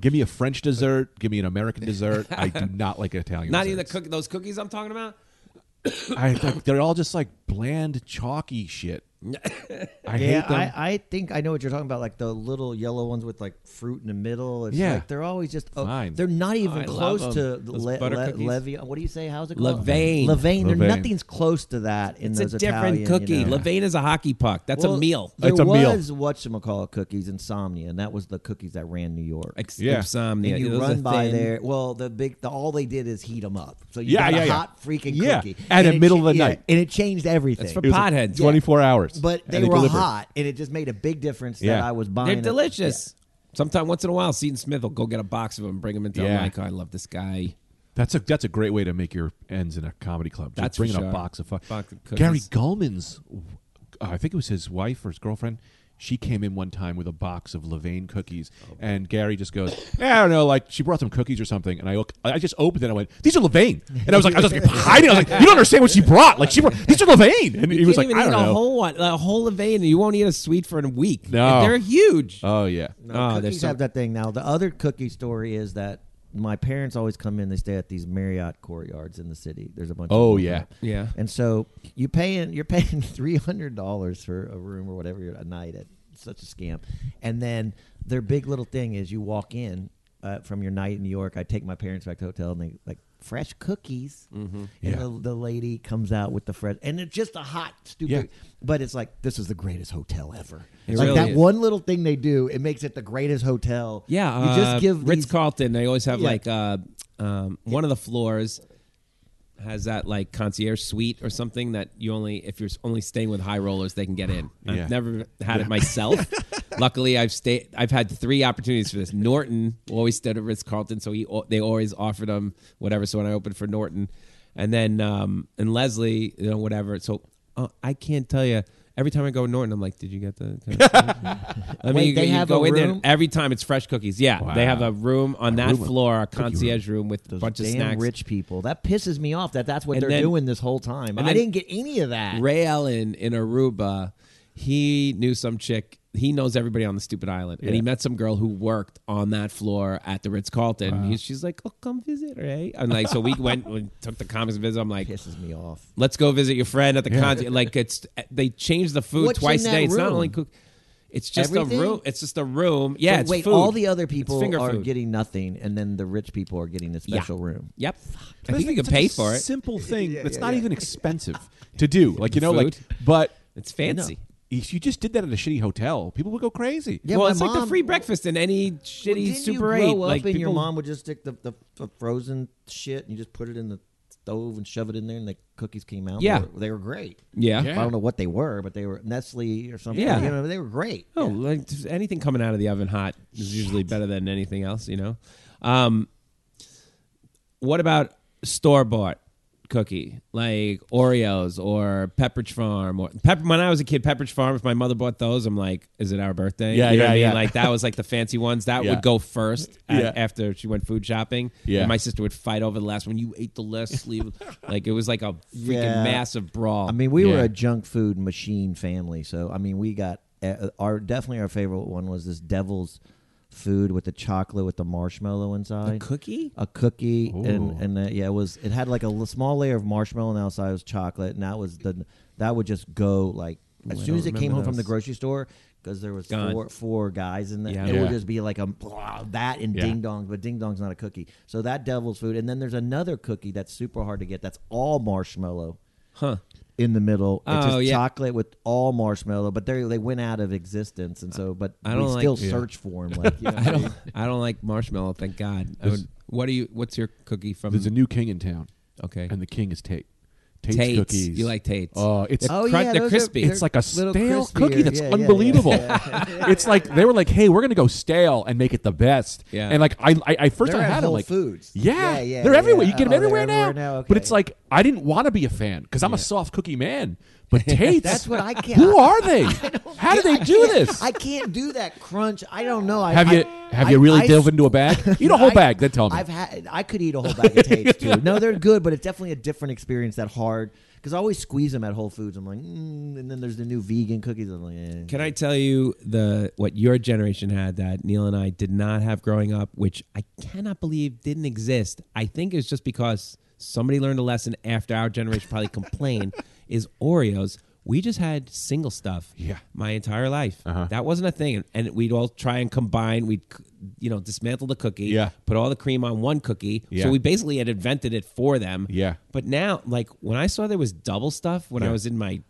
Speaker 2: give me a French dessert. Give me an American dessert. I do not like Italian.
Speaker 1: Not even the
Speaker 2: desserts.
Speaker 1: cook- those cookies I'm talking about.
Speaker 2: I, they're all just like bland, chalky shit. I
Speaker 4: yeah,
Speaker 2: hate them.
Speaker 4: I, I think I know what you're talking about. Like the little yellow ones with like fruit in the middle. It's
Speaker 2: Yeah.
Speaker 4: like they're always just oh,
Speaker 2: Fine.
Speaker 4: They're not even
Speaker 1: I love
Speaker 4: close to
Speaker 1: them. Those
Speaker 4: le,
Speaker 1: butter
Speaker 4: le-
Speaker 1: cookies.
Speaker 4: levy. What do you say? How's it called?
Speaker 1: Levain.
Speaker 4: Levain. There-
Speaker 2: Levain.
Speaker 4: Nothing's close to that in
Speaker 1: It's
Speaker 4: those
Speaker 1: a different
Speaker 4: Italian,
Speaker 1: cookie.
Speaker 4: You know?
Speaker 1: Levain is a hockey puck. That's
Speaker 4: Well,
Speaker 1: a meal.
Speaker 4: There
Speaker 2: It's a meal.
Speaker 4: was whatchamacallit cookies, Insomnia, and that was the cookies that ran New York.
Speaker 1: Ex-
Speaker 2: Yeah.
Speaker 1: Insomnia.
Speaker 4: and you
Speaker 1: Those are
Speaker 4: run by
Speaker 1: thin.
Speaker 4: there. Well, the big, the, all they did is heat them up. So you
Speaker 2: Yeah,
Speaker 4: got
Speaker 2: yeah,
Speaker 4: a
Speaker 2: yeah.
Speaker 4: hot freaking
Speaker 2: Yeah.
Speaker 4: cookie
Speaker 2: At
Speaker 4: And
Speaker 2: the
Speaker 4: it
Speaker 2: middle of
Speaker 4: cha-
Speaker 2: the
Speaker 4: yeah,
Speaker 2: night.
Speaker 4: and it changed everything.
Speaker 1: That's for
Speaker 2: It was like
Speaker 1: potheads.
Speaker 2: 24 hours.
Speaker 4: But
Speaker 2: and
Speaker 4: they were
Speaker 2: delivered.
Speaker 4: hot, and it just made a big difference that
Speaker 2: Yeah.
Speaker 4: I was
Speaker 1: They're
Speaker 4: buying. it.
Speaker 1: delicious. Sometime once in a while, Seton Smith will go get a box of them, bring them into.
Speaker 2: Yeah.
Speaker 1: I'm like, oh, I love this guy.
Speaker 2: That's a that's a great way to make your ends in a comedy club. Just
Speaker 1: That's for
Speaker 2: bringing
Speaker 1: sure.
Speaker 2: a box of fuck.
Speaker 1: Box of cookies.
Speaker 2: Gary Gulman's, uh, I think it was his wife or his girlfriend. She came in one time with a box of Levain cookies, and Gary just goes, "Yeah, I don't know." Like she brought some cookies or something, and I look, I just opened it. and I went, "These are Levain," and I was like, I was like hiding. I was like, "You don't understand what she brought. Like she brought these are Levain," and he
Speaker 1: You
Speaker 2: was
Speaker 1: can't even
Speaker 2: like, "I don't
Speaker 1: eat a
Speaker 2: know."
Speaker 1: whole one, a whole Levain. You won't eat a sweet for a week.
Speaker 2: No.
Speaker 1: And they're huge.
Speaker 2: Oh yeah,
Speaker 1: oh, they're
Speaker 4: cookies
Speaker 1: so
Speaker 4: have that thing now. The other cookie story is that my parents always come in. They stay at these Marriott courtyards in the city. There's a bunch.
Speaker 2: Oh,
Speaker 4: of them.
Speaker 2: yeah.
Speaker 1: Yeah.
Speaker 4: And so you paying you're paying three hundred dollars for a room or whatever a night at such a scam, and then their big little thing is you walk in uh, from your night in New York. I take my parents back to the hotel and they like fresh cookies,
Speaker 1: Mm-hmm.
Speaker 4: and
Speaker 2: Yeah.
Speaker 4: the, the lady comes out with the fresh, and it's just a hot stupid.
Speaker 2: Yeah.
Speaker 4: But it's like this is the greatest hotel ever.
Speaker 1: It
Speaker 4: like
Speaker 1: really
Speaker 4: that
Speaker 1: is.
Speaker 4: one little thing they do, it makes it the greatest hotel.
Speaker 1: Yeah,
Speaker 4: you
Speaker 1: uh,
Speaker 4: just give
Speaker 1: Ritz
Speaker 4: these-
Speaker 1: Carlton. They always have
Speaker 4: Yeah.
Speaker 1: like uh, um, one of the floors has that like concierge suite or something that you only if you're only staying with high rollers they can get in.
Speaker 2: Yeah.
Speaker 1: I've never had it myself. Luckily, I've stayed. I've had three opportunities for this. Norton always stayed at Ritz Carlton, so he they always offered him whatever. So when I opened for Norton, and then um, and Leslie, you know, whatever. So uh, I can't tell you. Every time I go to Norton, I'm like, "Did you get the?" I mean,
Speaker 4: Wait,
Speaker 1: you-
Speaker 4: they
Speaker 1: you
Speaker 4: have
Speaker 1: go
Speaker 4: a
Speaker 1: in there and
Speaker 4: room?
Speaker 1: every time it's fresh cookies. Yeah,
Speaker 2: Wow.
Speaker 1: they have a room on that
Speaker 2: room.
Speaker 1: floor, a concierge room, with a
Speaker 4: Those
Speaker 1: bunch of
Speaker 4: damn
Speaker 1: snacks.
Speaker 4: rich people. That pisses me off that that's what
Speaker 1: And
Speaker 4: they're
Speaker 1: then-
Speaker 4: doing this whole time. I
Speaker 1: then-
Speaker 4: didn't get any of that.
Speaker 1: Ray Allen in Aruba, he knew some chick. He knows everybody on the stupid island, and he met some girl who worked on that floor at the Ritz Carlton. She's like, "Oh, come visit, Ray." And like, so we went, and took the comics visit. I'm like,
Speaker 4: pisses me off.
Speaker 1: "Let's go visit your friend at the concert." Like, it's they change the food
Speaker 4: What's
Speaker 1: twice
Speaker 4: in
Speaker 1: a day.
Speaker 4: that
Speaker 1: It's not
Speaker 4: room?
Speaker 1: only cook. It's just
Speaker 4: Everything?
Speaker 1: a room. It's just a room. Yeah,
Speaker 4: So
Speaker 1: it's
Speaker 4: wait,
Speaker 1: food.
Speaker 4: all the other
Speaker 1: It's
Speaker 4: people
Speaker 1: finger
Speaker 4: are
Speaker 1: food.
Speaker 4: getting nothing, and then the rich people are getting a special room.
Speaker 1: Yep. I think you can pay for it.
Speaker 2: Simple thing that's not even expensive to do. Like you know, like
Speaker 1: Food.
Speaker 2: but
Speaker 1: It's fancy.
Speaker 2: if you just did that at a shitty hotel, people would go crazy.
Speaker 4: Yeah,
Speaker 1: well,
Speaker 4: my
Speaker 1: it's like the
Speaker 4: mom-
Speaker 1: free breakfast in any
Speaker 4: Well,
Speaker 1: shitty
Speaker 4: didn't
Speaker 1: Super
Speaker 4: you grow
Speaker 1: 8.
Speaker 4: up
Speaker 1: like
Speaker 4: and your
Speaker 1: people-
Speaker 4: mom would just stick the, the, the frozen shit and you just put it in the stove and shove it in there, and the cookies came out.
Speaker 1: Yeah.
Speaker 4: they were, they were great.
Speaker 1: Yeah.
Speaker 2: Yeah.
Speaker 4: I don't know what they were, but they were Nestle or something.
Speaker 1: Yeah.
Speaker 4: you know, they were great.
Speaker 1: Oh, like just anything coming out of the oven hot is usually better than anything else, you know. Um, what about store bought cookie like Oreos or Pepperidge Farm or Pepper? When I was a kid, Pepperidge Farm. If my mother bought those, I'm like, is it our birthday?
Speaker 2: Yeah,
Speaker 1: you know
Speaker 2: yeah,
Speaker 1: what I mean?
Speaker 2: yeah.
Speaker 1: Like that was like the fancy ones that
Speaker 2: Yeah.
Speaker 1: would go first at-
Speaker 2: Yeah.
Speaker 1: after she went food shopping.
Speaker 2: Yeah.
Speaker 1: and my sister would fight over the last one. You ate the last sleeve. like it was like a freaking
Speaker 4: Yeah.
Speaker 1: massive brawl.
Speaker 4: I mean, we were
Speaker 2: Yeah.
Speaker 4: a junk food machine family, so I mean, we got uh, our definitely our favorite one was this devil's food with the chocolate with the marshmallow inside.
Speaker 1: cookie.
Speaker 4: a cookie
Speaker 2: Ooh.
Speaker 4: and and uh, yeah it was it had like a l- small layer of marshmallow and outside it was chocolate and that was the that would just go like as soon as it came home from the grocery store because there was
Speaker 1: Gone.
Speaker 4: four four guys in there
Speaker 1: Yeah.
Speaker 4: it
Speaker 2: Yeah.
Speaker 4: would just be like a blah, that and
Speaker 2: Yeah.
Speaker 4: ding dongs but ding dong's not a cookie so that devil's food and then there's another cookie that's super hard to get that's all marshmallow
Speaker 1: Huh.
Speaker 4: in the middle it's
Speaker 1: Oh,
Speaker 4: just
Speaker 1: yeah.
Speaker 4: chocolate with all marshmallow but they they went out of existence and so but
Speaker 1: I
Speaker 4: we
Speaker 1: don't like-
Speaker 4: still
Speaker 1: Yeah.
Speaker 4: search for 'em, like, you know,
Speaker 1: I don't. I don't like marshmallow. Thank God. I
Speaker 2: There's-
Speaker 1: would, what do you? What's your cookie from?
Speaker 2: There's a new king in town.
Speaker 1: okay.
Speaker 2: and the king is Tate. Tate's,
Speaker 1: Tate's.
Speaker 2: cookies.
Speaker 1: You like Tate's.
Speaker 2: Oh, it's
Speaker 4: Oh,
Speaker 1: crunch-
Speaker 4: yeah,
Speaker 1: they're
Speaker 4: those are-
Speaker 1: crispy.
Speaker 4: they're
Speaker 2: it's like a
Speaker 4: little
Speaker 2: stale
Speaker 4: crispier.
Speaker 2: cookie that's
Speaker 4: Yeah, yeah, yeah.
Speaker 2: unbelievable. it's like they were like, "Hey, we're gonna go stale and make it the best."
Speaker 1: Yeah.
Speaker 2: And like I, I, I first
Speaker 4: They're
Speaker 2: I
Speaker 4: at
Speaker 2: had them
Speaker 4: Whole
Speaker 2: like
Speaker 4: Foods.
Speaker 2: Yeah,
Speaker 4: Yeah, yeah,
Speaker 2: they're
Speaker 4: yeah.
Speaker 2: everywhere. You get them
Speaker 4: Oh, they're
Speaker 2: everywhere, now.
Speaker 4: everywhere now?
Speaker 2: But
Speaker 4: Okay.
Speaker 2: it's like I didn't want to be a fan because I'm a soft cookie man. But Tate's,
Speaker 4: That's what I can't-
Speaker 2: Who are they? How do they do
Speaker 4: can't-
Speaker 2: this?
Speaker 4: I can't do that crunch. I don't know. I,
Speaker 2: have
Speaker 4: I-
Speaker 2: you have
Speaker 4: I-
Speaker 2: you really
Speaker 4: I-
Speaker 2: dove into a bag? Eat a whole
Speaker 4: I-
Speaker 2: bag, then tell me.
Speaker 4: I've had. I could eat a whole bag of tapes too. No, they're good, but it's definitely a different experience. That hard because I always squeeze them at Whole Foods. I'm like, mm, and then there's the new vegan cookies. I'm like, eh.
Speaker 1: Can I tell you the what your generation had that Neil and I did not have growing up, which I cannot believe didn't exist. I think it's just because somebody learned a lesson after our generation probably complained. Is Oreos We just had single stuff.
Speaker 2: Yeah.
Speaker 1: my entire life.
Speaker 2: Uh-huh.
Speaker 1: That wasn't a thing, and we'd all try and combine. We'd c- you know dismantle the cookie.
Speaker 2: Yeah.
Speaker 1: put all the cream on one cookie.
Speaker 2: Yeah.
Speaker 1: So we basically had invented it for them.
Speaker 2: Yeah.
Speaker 1: but now like when I saw there was double stuff when
Speaker 2: Yeah.
Speaker 1: I was in my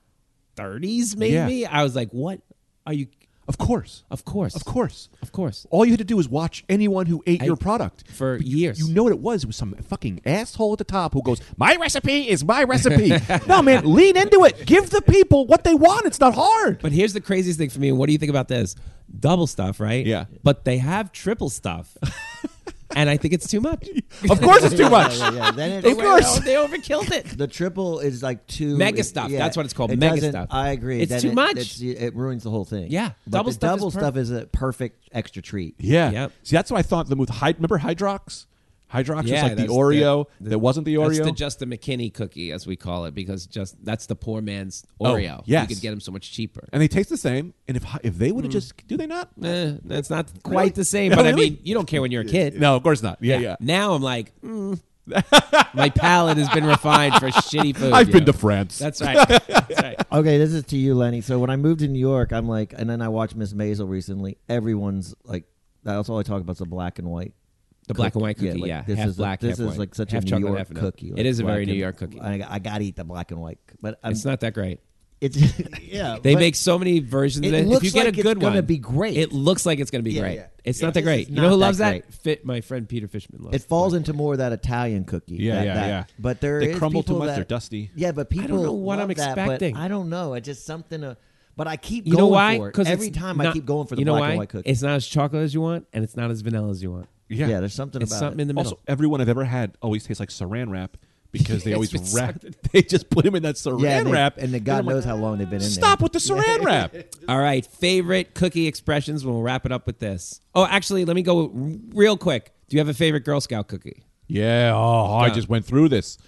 Speaker 1: 30s, maybe I was like, what are you?
Speaker 2: Of course.
Speaker 1: Of course,
Speaker 2: Of course.
Speaker 1: of course.
Speaker 2: All you had to do was watch anyone who ate
Speaker 1: I-
Speaker 2: your product
Speaker 1: for
Speaker 2: But you-
Speaker 1: years.
Speaker 2: You know what it was? It was some fucking asshole at the top who goes, "My recipe is my recipe." no, man, lean into it. Give the people what they want. It's not hard.
Speaker 1: But here's the craziest thing for me. and What do you think about this? Double stuff, right?
Speaker 2: Yeah.
Speaker 1: But they have triple stuff. and I think it's too much.
Speaker 2: of course, it's too much.
Speaker 4: Yeah, yeah, Then it,
Speaker 1: They,
Speaker 4: of course.
Speaker 1: over- they overkilled it.
Speaker 4: The triple is like too
Speaker 1: Mega
Speaker 4: it-
Speaker 1: stuff.
Speaker 4: yeah.
Speaker 1: That's what it's called,
Speaker 4: It
Speaker 1: mega
Speaker 4: doesn't-
Speaker 1: stuff.
Speaker 4: I agree.
Speaker 1: It's
Speaker 4: Then
Speaker 1: too
Speaker 4: it-
Speaker 1: much.
Speaker 4: it's- it ruins the whole thing.
Speaker 1: Yeah.
Speaker 4: But
Speaker 1: Double
Speaker 4: the
Speaker 1: stuff is
Speaker 4: double stuff is a perfect extra treat.
Speaker 2: Yeah.
Speaker 1: Yep.
Speaker 2: See, that's what I thought the move. Hyd- remember Hydrox? Hydrox
Speaker 1: Yeah,
Speaker 2: was like the
Speaker 1: that's
Speaker 2: Oreo
Speaker 1: the- the-
Speaker 2: that wasn't the Oreo.
Speaker 1: That's the just the McKinney cookie, as we call it, because just that's the poor man's Oreo.
Speaker 2: Oh, yes.
Speaker 1: You could get them so much cheaper.
Speaker 2: and they taste the same. And if if they would have just do they not?
Speaker 1: Eh, that's not quite the same,
Speaker 2: No,
Speaker 1: but I
Speaker 2: really?
Speaker 1: mean, you don't care when you're a kid.
Speaker 2: No, of course not. Yeah, yeah.
Speaker 1: Now I'm like, mm. my palate has been refined for shitty food.
Speaker 2: I've
Speaker 1: you
Speaker 2: been
Speaker 1: know?
Speaker 2: to France.
Speaker 1: That's right. That's right.
Speaker 4: Okay, this is to you, Lenny. So when I moved to New York, I'm like, and then I watched Miss Maisel recently. Everyone's like, that's all I talk about is the black and white.
Speaker 1: The black and white cookie,
Speaker 4: like,
Speaker 1: yeah.
Speaker 4: this
Speaker 1: Half
Speaker 4: is a-
Speaker 1: black, half
Speaker 4: this is
Speaker 1: white.
Speaker 4: like such
Speaker 1: Half
Speaker 4: a New
Speaker 1: chocolate,
Speaker 4: York
Speaker 1: half vanilla.
Speaker 4: cookie.
Speaker 1: It is a
Speaker 4: like,
Speaker 1: very
Speaker 4: black
Speaker 1: New
Speaker 4: and-
Speaker 1: York cookie.
Speaker 4: I, I gotta eat the black and white, but I'm,
Speaker 1: It's not that great.
Speaker 4: It's yeah.
Speaker 1: They
Speaker 4: but-
Speaker 1: make so many versions of
Speaker 4: It
Speaker 1: it. if
Speaker 4: looks
Speaker 1: you get
Speaker 4: like
Speaker 1: a
Speaker 4: it's
Speaker 1: good one,
Speaker 4: gonna be great.
Speaker 1: It looks like it's going to be
Speaker 4: Yeah,
Speaker 1: great.
Speaker 4: yeah.
Speaker 1: It's
Speaker 4: Yeah.
Speaker 1: not that
Speaker 4: This
Speaker 1: great.
Speaker 4: is
Speaker 1: You know who
Speaker 4: not that
Speaker 1: loves that?
Speaker 4: great.
Speaker 1: Fit my friend Peter Fishman loves.
Speaker 4: It falls into more of that Italian cookie.
Speaker 2: Yeah,
Speaker 4: that-
Speaker 2: yeah,
Speaker 4: that-
Speaker 2: yeah.
Speaker 4: But there
Speaker 2: They
Speaker 4: is
Speaker 2: crumble too
Speaker 4: people
Speaker 2: much,
Speaker 4: that-
Speaker 2: they're dusty.
Speaker 4: Yeah, but people.
Speaker 1: know what
Speaker 4: love
Speaker 1: I'm
Speaker 4: that, but
Speaker 1: expecting.
Speaker 4: I don't know. It's just something. To, but I keep
Speaker 1: You
Speaker 4: going
Speaker 1: know why?
Speaker 4: for it. every
Speaker 1: it's
Speaker 4: time I
Speaker 1: not-
Speaker 4: keep going for the
Speaker 1: you know
Speaker 4: black
Speaker 1: why?
Speaker 4: and white cookie.
Speaker 1: It's not as chocolate as you want, and it's not as vanilla as you want.
Speaker 4: yeah. there's something
Speaker 1: It's
Speaker 4: about
Speaker 1: something
Speaker 4: it.
Speaker 1: in the middle.
Speaker 2: Also, everyone I've ever had always tastes like saran wrap because they
Speaker 1: It's
Speaker 2: always
Speaker 1: been
Speaker 2: wrap.
Speaker 1: sucked
Speaker 2: They just put him in that saran
Speaker 4: yeah, and they-
Speaker 2: wrap,
Speaker 4: and the God
Speaker 2: I'm like,
Speaker 4: knows how long they've been in there.
Speaker 2: Stop with the saran wrap.
Speaker 1: All right, favorite cookie expressions. We'll wrap it up with this. Oh, actually, let me go r- real quick. Do you have a favorite Girl Scout cookie?
Speaker 2: Yeah. Oh, I
Speaker 1: Yeah.
Speaker 2: just went through this.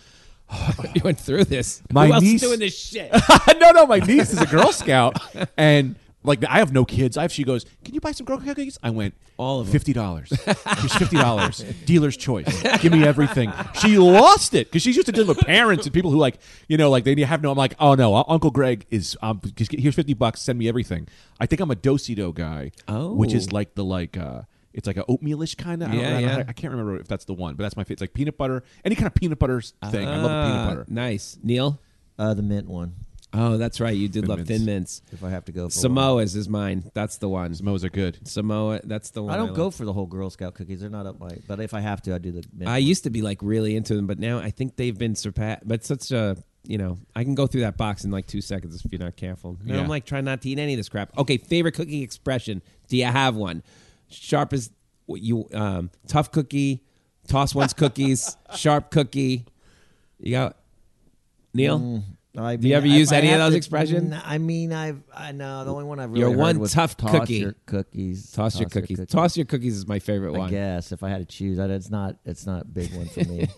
Speaker 1: you went through this.
Speaker 2: My
Speaker 1: who else
Speaker 2: niece-
Speaker 1: is doing this shit?
Speaker 2: no, no, my niece is a Girl Scout, and like I have no kids. I have, she goes, "Can you buy some Girl Scout cookies?" I went,
Speaker 1: All of 'em.
Speaker 2: fifty dollars. Here's fifty dollars, dealer's choice. Give me everything. She lost it because she's used to dealing with parents and people who like you know like they have no. I'm like, oh no, Uncle Greg is um, just get- here's fifty bucks. Send me everything. I think I'm a docido guy,
Speaker 1: Oh.
Speaker 2: which is like the like. uh it's like a oatmealish kind of. I, don't,
Speaker 1: Yeah,
Speaker 2: I, don't know
Speaker 1: yeah.
Speaker 2: how- I can't remember if that's the one, but that's my favorite. It's like peanut butter, any kind of peanut butter thing. I love peanut
Speaker 1: Ah,
Speaker 2: butter.
Speaker 1: Nice, Neil.
Speaker 4: Uh, the mint one.
Speaker 1: Oh, that's right. You did
Speaker 2: Thin
Speaker 1: love
Speaker 2: Mints.
Speaker 1: Thin Mints.
Speaker 4: If I have to go for one.
Speaker 1: Samoa's is mine. That's the one.
Speaker 2: Samoas are good.
Speaker 1: Samoa. That's the one.
Speaker 4: I don't go
Speaker 1: love.
Speaker 4: for the whole Girl Scout cookies. They're not up my. But if I have to, I do the. Mint
Speaker 1: I
Speaker 4: one.
Speaker 1: used to be like really into them, but now I think they've been surpassed. But such a you know, I can go through that box in like two seconds if you're not careful. Now
Speaker 2: Yeah.
Speaker 1: I'm like trying not to eat any of this crap. Okay, favorite cookie expression. Do you have one? Sharp is what you um, tough cookie. Toss one's cookies. Sharp cookie. You got Neil.
Speaker 4: I
Speaker 1: Do you
Speaker 4: mean,
Speaker 1: ever
Speaker 4: if
Speaker 1: use
Speaker 4: I
Speaker 1: any of
Speaker 4: have
Speaker 1: those
Speaker 4: to-
Speaker 1: expressions?
Speaker 4: n- I mean, I've I know the only one I've really
Speaker 1: Your
Speaker 4: heard
Speaker 1: one
Speaker 4: was
Speaker 1: tough
Speaker 4: toss
Speaker 1: cookie.
Speaker 4: Your cookies.
Speaker 1: Toss, your cookies. Toss your cookies is my favorite
Speaker 4: I
Speaker 1: one.
Speaker 4: guess if I had to choose, I, it's not it's not a big one for me.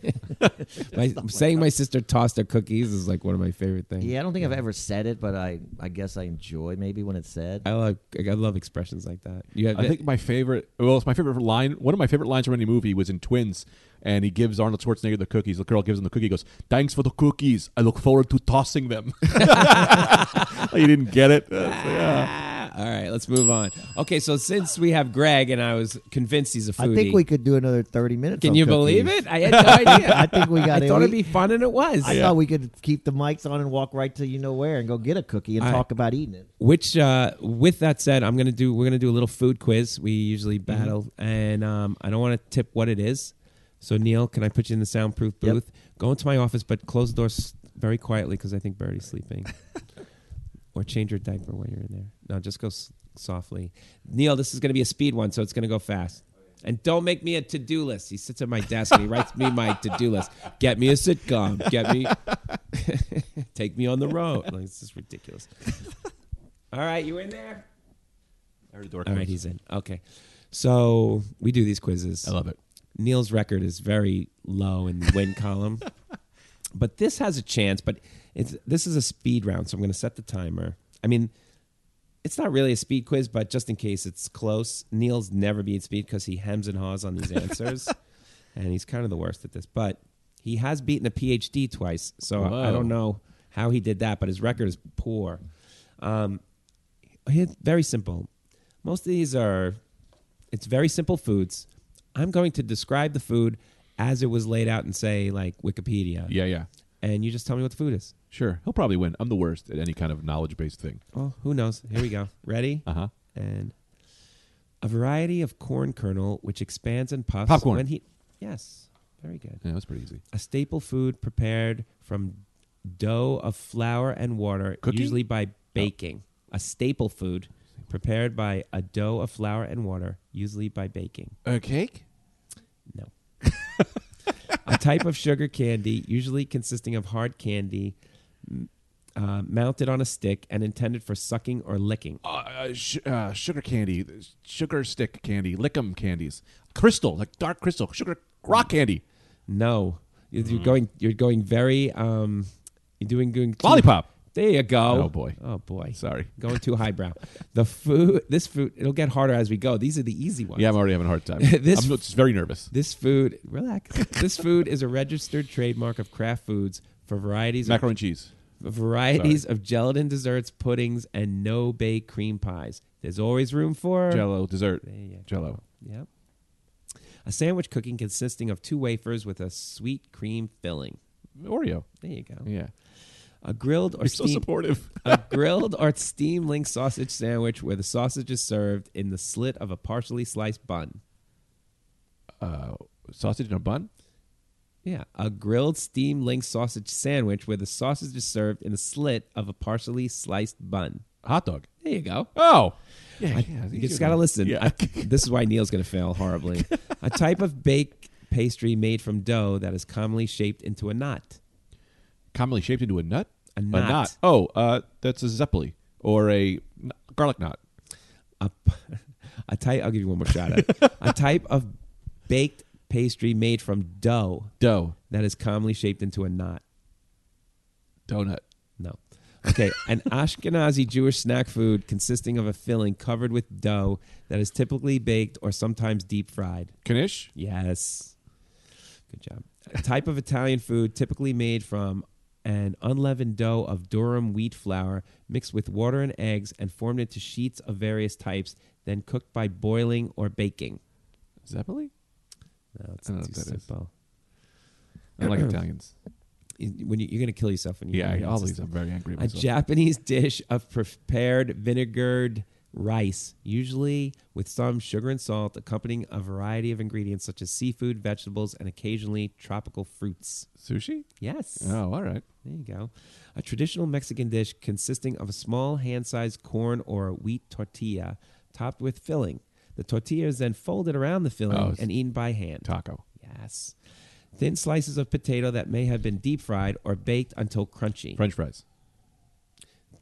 Speaker 1: My, saying my sister tossed her cookies is like one of my favorite things.
Speaker 4: yeah, I don't think I've ever said it, but I I guess I enjoy maybe when it's said.
Speaker 1: I like I love expressions like that. You have
Speaker 2: I think my favorite, well, it's my favorite line. One of my favorite lines from any movie was in Twins, and he gives Arnold Schwarzenegger the cookies. The girl gives him the cookie. He goes, "Thanks for the cookies. I look forward to tossing them." you didn't get it. That's- yeah.
Speaker 1: Ah, all right, let's move on. Okay, so since we have Greg and I was convinced he's a foodie,
Speaker 4: I think we could do another thirty minutes.
Speaker 1: can
Speaker 4: on
Speaker 1: you
Speaker 4: cookies.
Speaker 1: believe it? I had no idea.
Speaker 4: I think we got
Speaker 1: I
Speaker 4: it.
Speaker 1: thought it'd
Speaker 4: We-
Speaker 1: be fun, and it was.
Speaker 4: I thought we could keep the mics on and walk right to you know where and go get a cookie and
Speaker 1: All right.
Speaker 4: talk about eating it.
Speaker 1: Which, uh, with that said, I'm gonna do. We're gonna do a little food quiz. We usually battle, and um, I don't want to tip what it is. So Neil, can I put you in the soundproof
Speaker 4: Yep.
Speaker 1: booth? Go into my office, but close the doors very quietly because I think Birdie's sleeping. or change your diaper while you're in there. No, just go s- softly. Neil, this is gonna be a speed one, so it's gonna go fast. And don't make me a to-do list. He sits at my desk and he writes me my to-do list. Get me a sitcom. Get me. Take me on the road. Like, this is ridiculous. All right, you in there? All right, he's in. Okay. So we do these quizzes.
Speaker 2: I love it.
Speaker 1: Neil's record is very low in the win column, but this has a chance. But it's this is a speed round, so I'm going to set the timer. I mean, it's not really a speed quiz, but just in case it's close, Neil's never beat speed because he hems and haws on these answers, and he's kind of the worst at this. But he has beaten a PhD twice, so I- I
Speaker 2: Whoa.
Speaker 1: don't know how he did that, but his record is poor. Um, here- very simple. Most of these are, it's very simple foods. I'm going to describe the food as it was laid out and say like Wikipedia.
Speaker 2: Yeah, yeah.
Speaker 1: And you just tell me what the food is.
Speaker 2: Sure. He'll probably win. I'm the worst at any kind of knowledge based thing.
Speaker 1: Well, who knows? Here we go. Ready?
Speaker 2: Uh huh.
Speaker 1: and a variety of corn kernel which expands and puffs
Speaker 2: Popcorn.
Speaker 1: when he yes very good
Speaker 2: Yeah, that's pretty easy.
Speaker 1: a staple food prepared from dough of flour and water
Speaker 2: Cookie?
Speaker 1: usually by baking a staple food prepared by a dough of flour and water usually by baking
Speaker 2: A cake?
Speaker 1: no a type of sugar candy usually consisting of hard candy m- uh, mounted on a stick and intended for sucking or licking
Speaker 2: Uh, uh, sh- uh, sugar candy, sugar stick candy, lickum candies, crystal, like dark crystal, sugar rock candy,
Speaker 1: No, you're
Speaker 2: Mm.
Speaker 1: you're going. You're going very. Um, you're doing going too-
Speaker 2: lollipop.
Speaker 1: There you go.
Speaker 2: Oh, boy.
Speaker 1: Oh boy.
Speaker 2: Sorry.
Speaker 1: Going too highbrow. the food. This food. It'll get harder as we go. These are the easy ones.
Speaker 2: Yeah, I'm already having a hard time.
Speaker 1: This-
Speaker 2: I'm just very nervous.
Speaker 1: This food. Relax. this food is a registered trademark of Kraft Foods for varieties of
Speaker 2: Macaroni and cheese.
Speaker 1: varieties of gelatin desserts, puddings, and no bake cream pies. There's always room for
Speaker 2: Jello dessert.
Speaker 1: There you
Speaker 2: Jello.
Speaker 1: Yep. A sandwich cooking consisting of two wafers with a sweet cream filling.
Speaker 2: Oreo.
Speaker 1: There you go.
Speaker 2: Yeah.
Speaker 1: A grilled or
Speaker 2: You're so
Speaker 1: steamed
Speaker 2: supportive.
Speaker 1: a grilled or steamed link sausage sandwich where the sausage is served in the slit of a partially sliced bun.
Speaker 2: Sausage in a bun?
Speaker 1: Yeah, a grilled steamed link sausage sandwich where the sausage is served in the slit of a partially sliced bun.
Speaker 2: Hot dog.
Speaker 1: There you go.
Speaker 2: Oh. Yeah.
Speaker 1: I-
Speaker 2: yeah,
Speaker 1: you
Speaker 2: these
Speaker 1: just
Speaker 2: are-
Speaker 1: got to listen.
Speaker 2: Yeah.
Speaker 1: I- this is why Neil's going to fail horribly. a type of baked pastry made from dough that is commonly shaped into a knot.
Speaker 2: Commonly shaped into a nut?
Speaker 1: A knot.
Speaker 2: Oh, uh, that's a zeppoli or a n- garlic knot.
Speaker 1: a, p- a type. I'll give you one more shot at it. a type of baked pastry made from dough
Speaker 2: Dough.
Speaker 1: that is commonly shaped into a knot.
Speaker 2: Donut.
Speaker 1: No. Okay, an Ashkenazi Jewish snack food consisting of a filling covered with dough that is typically baked or sometimes deep fried.
Speaker 2: Knish?
Speaker 1: Yes. Good job. A type of Italian food typically made from an unleavened dough of durum wheat flour mixed with water and eggs and formed into sheets of various types, then cooked by boiling or baking.
Speaker 2: Zeppoli?
Speaker 1: No, it's
Speaker 2: I don't know
Speaker 1: too
Speaker 2: what that is.
Speaker 1: simple.
Speaker 2: I don't like Italians.
Speaker 1: You- When you, you're going to kill yourself when you
Speaker 2: Yeah,
Speaker 1: hear
Speaker 2: I
Speaker 1: that.
Speaker 2: always I'm very angry at
Speaker 1: A
Speaker 2: myself.
Speaker 1: Japanese dish of prepared vinegared rice, usually with some sugar and salt, accompanying a variety of ingredients such as seafood, vegetables, and occasionally tropical fruits.
Speaker 2: Sushi?
Speaker 1: Yes.
Speaker 2: Oh, all right.
Speaker 1: There you go. A traditional Mexican dish consisting of a small hand sized corn or wheat tortilla topped with filling. The tortilla is then folded around the filling
Speaker 2: Oh, it's-
Speaker 1: and eaten by hand.
Speaker 2: Taco.
Speaker 1: Yes. Thin slices of potato that may have been deep fried or baked until crunchy.
Speaker 2: French fries.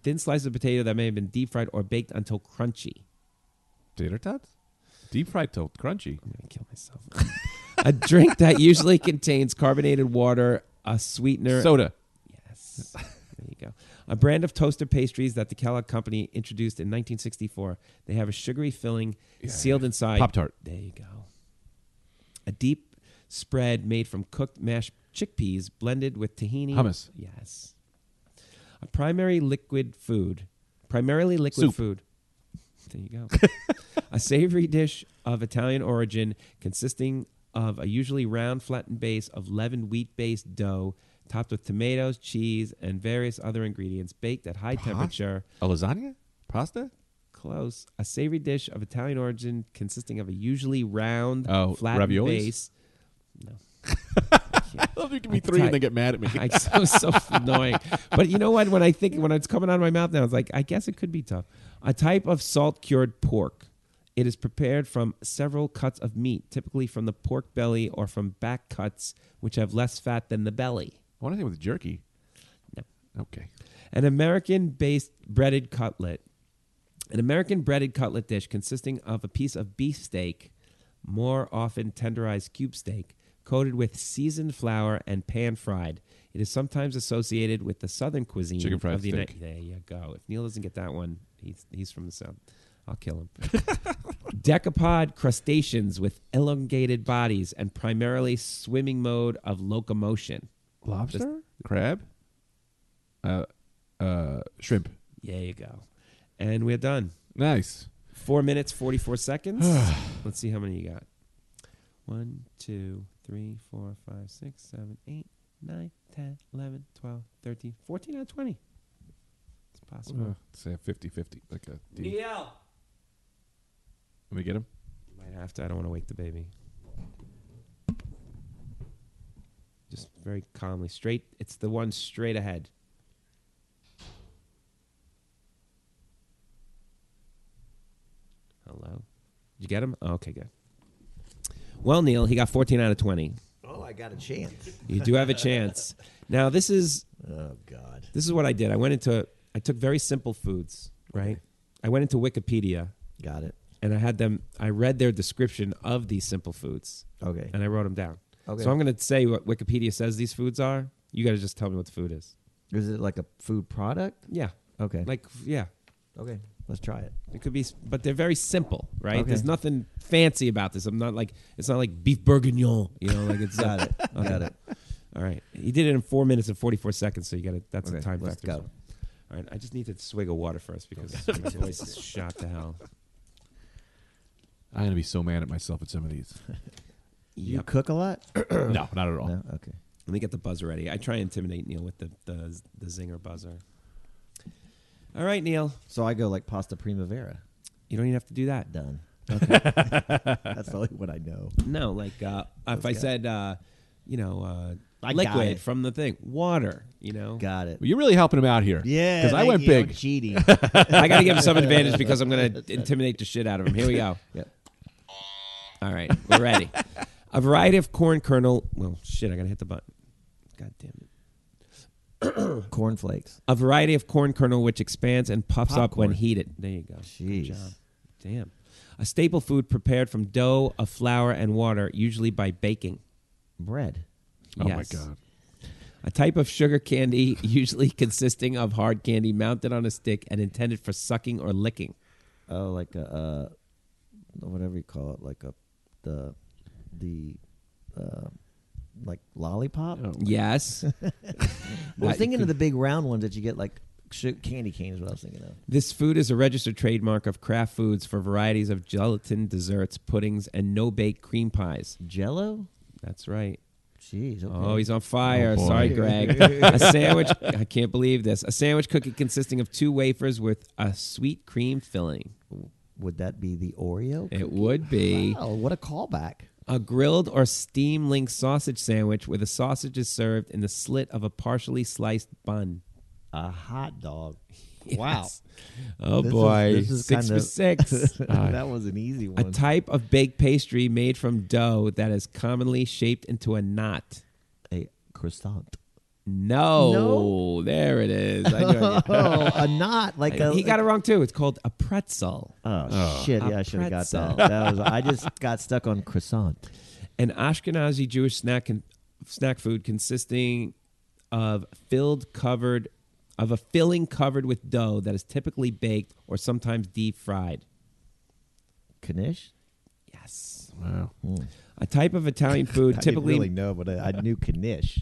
Speaker 1: Thin slices of potato that may have been deep fried or baked until crunchy.
Speaker 2: Tater tots? Deep fried till crunchy.
Speaker 1: I'm going to kill myself. a drink that usually contains carbonated water, a sweetener,
Speaker 2: Soda.
Speaker 1: Yes. there you go. A brand of toaster pastries that the Kellogg Company introduced in 1964. They have a sugary filling sealed inside.
Speaker 2: Pop-Tart.
Speaker 1: There you go. A deep spread made from cooked mashed chickpeas blended with tahini.
Speaker 2: Hummus.
Speaker 1: Yes. A primary liquid food. Primarily liquid
Speaker 2: Soup.
Speaker 1: food. There you go. a savory dish of Italian origin consisting of a usually round, flattened base of leavened wheat based dough topped with tomatoes, cheese, and various other ingredients baked at high temperature.
Speaker 2: A lasagna? Pasta?
Speaker 1: Close. A savory dish of Italian origin consisting of a usually round,
Speaker 2: Oh,
Speaker 1: flattened
Speaker 2: raviolis?
Speaker 1: base. No.
Speaker 2: Oh, you give me three and they get mad at me.
Speaker 1: I, so, so annoying. But you know what? When I think when it's coming out of my mouth now, it's like I guess it could be tough. A type of salt cured pork. It is prepared from several cuts of meat, typically from the pork belly or from back cuts, which have less fat than the belly.
Speaker 2: I want to say with jerky.
Speaker 1: No.
Speaker 2: Okay.
Speaker 1: An American based breaded cutlet. An American breaded cutlet dish consisting of a piece of beefsteak, more often tenderized cube steak, coated with seasoned flour and pan fried. It is sometimes associated with the southern cuisine
Speaker 2: Chicken fried
Speaker 1: of the
Speaker 2: steak.
Speaker 1: United There you go. If Neil doesn't get that one, he's, he's from the south. I'll kill him. Decapod crustaceans with elongated bodies and primarily swimming mode of locomotion.
Speaker 2: Lobster? Crab? uh, uh, shrimp.
Speaker 1: There you go. And we're done.
Speaker 2: Nice.
Speaker 1: Four minutes, 44 seconds. Let's see how many you got. One, two, three, four, five, six, seven, eight, nine, 10, 11, 12, 13, 14 out of 20. It's possible.
Speaker 2: Uh, say 50-50, like a D.
Speaker 1: Neil!
Speaker 2: Let me get him.
Speaker 1: Might have to. I don't want to wake the baby. Just very calmly. Straight. It's the one straight ahead. Hello? Did you get him? Oh, okay, good. Well, Neil, he got 14 out of 20.
Speaker 4: Oh, I got a chance.
Speaker 1: You do have a chance. Now, this is
Speaker 4: Oh God.
Speaker 1: this is what I did. I went into I took very simple foods, right? I went into Wikipedia
Speaker 4: Got it.
Speaker 1: and I had them I read their description of these simple foods
Speaker 4: Okay.
Speaker 1: and I wrote them down.
Speaker 4: Okay.
Speaker 1: So I'm going to say what Wikipedia says these foods are. You got to just tell me what the food is.
Speaker 4: Is it like a food product?
Speaker 1: Yeah.
Speaker 4: Okay.
Speaker 1: Like yeah.
Speaker 4: okay. Let's try it.
Speaker 1: It could be s- but they're very simple, right?
Speaker 4: Okay.
Speaker 1: There's nothing fancy about this. I'm not like it's not like beef bourguignon, you know, like it's
Speaker 4: Got it.
Speaker 1: Okay.
Speaker 4: Got it.
Speaker 1: All right. He did it in 4 minutes and 44 seconds, so you got to that's the
Speaker 4: Okay,
Speaker 1: time
Speaker 4: let's
Speaker 1: factor. as
Speaker 4: go.
Speaker 1: well. All right. I just need to swig of water first because my voice is shot to hell.
Speaker 2: I'm gonna be so mad at myself at some of these.
Speaker 4: Do you cook a lot?
Speaker 2: no, not at all.
Speaker 4: no. Okay.
Speaker 1: Let me get the buzzer ready. I try and intimidate Neil with the, the the zinger buzzer. All right, Neil.
Speaker 4: So I go like pasta primavera.
Speaker 1: You don't even have to do that.
Speaker 4: Done. Okay. That's the only one I know.
Speaker 1: No, like uh, if I
Speaker 4: go.
Speaker 1: said, uh, you know, uh,
Speaker 4: I got
Speaker 1: liquid
Speaker 4: it.
Speaker 1: from the thing, water. You know,
Speaker 4: Got it.
Speaker 2: Well, you're really helping him out here.
Speaker 4: Yeah.
Speaker 2: because I
Speaker 4: thank
Speaker 2: went
Speaker 4: you. I'm
Speaker 2: big.
Speaker 4: cheating.
Speaker 1: I got to give him some advantage because I'm going to intimidate the shit out of him. Here we go.
Speaker 4: Yep.
Speaker 1: All right, we're ready. A variety of corn kernel. Well, shit, I got to hit the button. God damn it.
Speaker 4: Cornflakes.
Speaker 1: A variety of corn kernel which expands and puffs up
Speaker 4: Popcorn.
Speaker 1: when heated. There you go.
Speaker 4: Jeez.
Speaker 1: Good job. Damn. A staple food prepared from dough, of flour, and water, usually by baking.
Speaker 4: Bread.
Speaker 2: Oh
Speaker 1: Yes.
Speaker 2: my god.
Speaker 1: A type of sugar candy, usually consisting of hard candy mounted on a stick and intended for sucking or licking.
Speaker 4: Oh, like a uh, whatever you call it, like a the the uh, like lollipop.
Speaker 2: Oh.
Speaker 1: Yes.
Speaker 4: I was
Speaker 1: Uh,
Speaker 4: thinking of the big round ones that you get like sh- candy canes. What I was thinking of.
Speaker 1: This food is a registered trademark of Kraft Foods for varieties of gelatin desserts, puddings, and no bake cream pies.
Speaker 4: Jello.
Speaker 1: That's right.
Speaker 4: Jeez. Okay.
Speaker 1: Oh, he's on fire.
Speaker 2: boy.
Speaker 1: Sorry, Greg. a sandwich. I can't believe this. A sandwich cookie consisting of two wafers with a sweet cream filling.
Speaker 4: Would that be the Oreo?
Speaker 1: It would be
Speaker 4: Oh, what a callback!
Speaker 1: a grilled or steam linked sausage sandwich where the sausage is served in the slit of a partially sliced bun.
Speaker 4: A hot dog.
Speaker 1: Yes. Oh,
Speaker 4: This is-
Speaker 1: boy.
Speaker 4: this is
Speaker 1: six
Speaker 4: kind of-
Speaker 1: for six. Uh,
Speaker 4: that was an easy
Speaker 1: a
Speaker 4: one.
Speaker 1: type of baked pastry made from dough that is commonly shaped into a knot.
Speaker 4: a croissant.
Speaker 1: No.
Speaker 4: No?
Speaker 1: There it is. I knew it.
Speaker 4: Oh, a knot like a.
Speaker 1: he got it wrong, too. It's called a pretzel.
Speaker 4: Oh, shit!
Speaker 1: A
Speaker 4: Yeah, I should have got that.
Speaker 1: pretzel.
Speaker 4: That was. I just got stuck on croissant.
Speaker 1: an Ashkenazi Jewish snack con- snack food consisting of filled covered of a filling covered with dough that is typically baked or sometimes deep fried.
Speaker 4: Knish.
Speaker 1: Yes.
Speaker 2: Wow.
Speaker 1: A type of Italian food typically
Speaker 4: I didn't really know, but I, I knew Knish.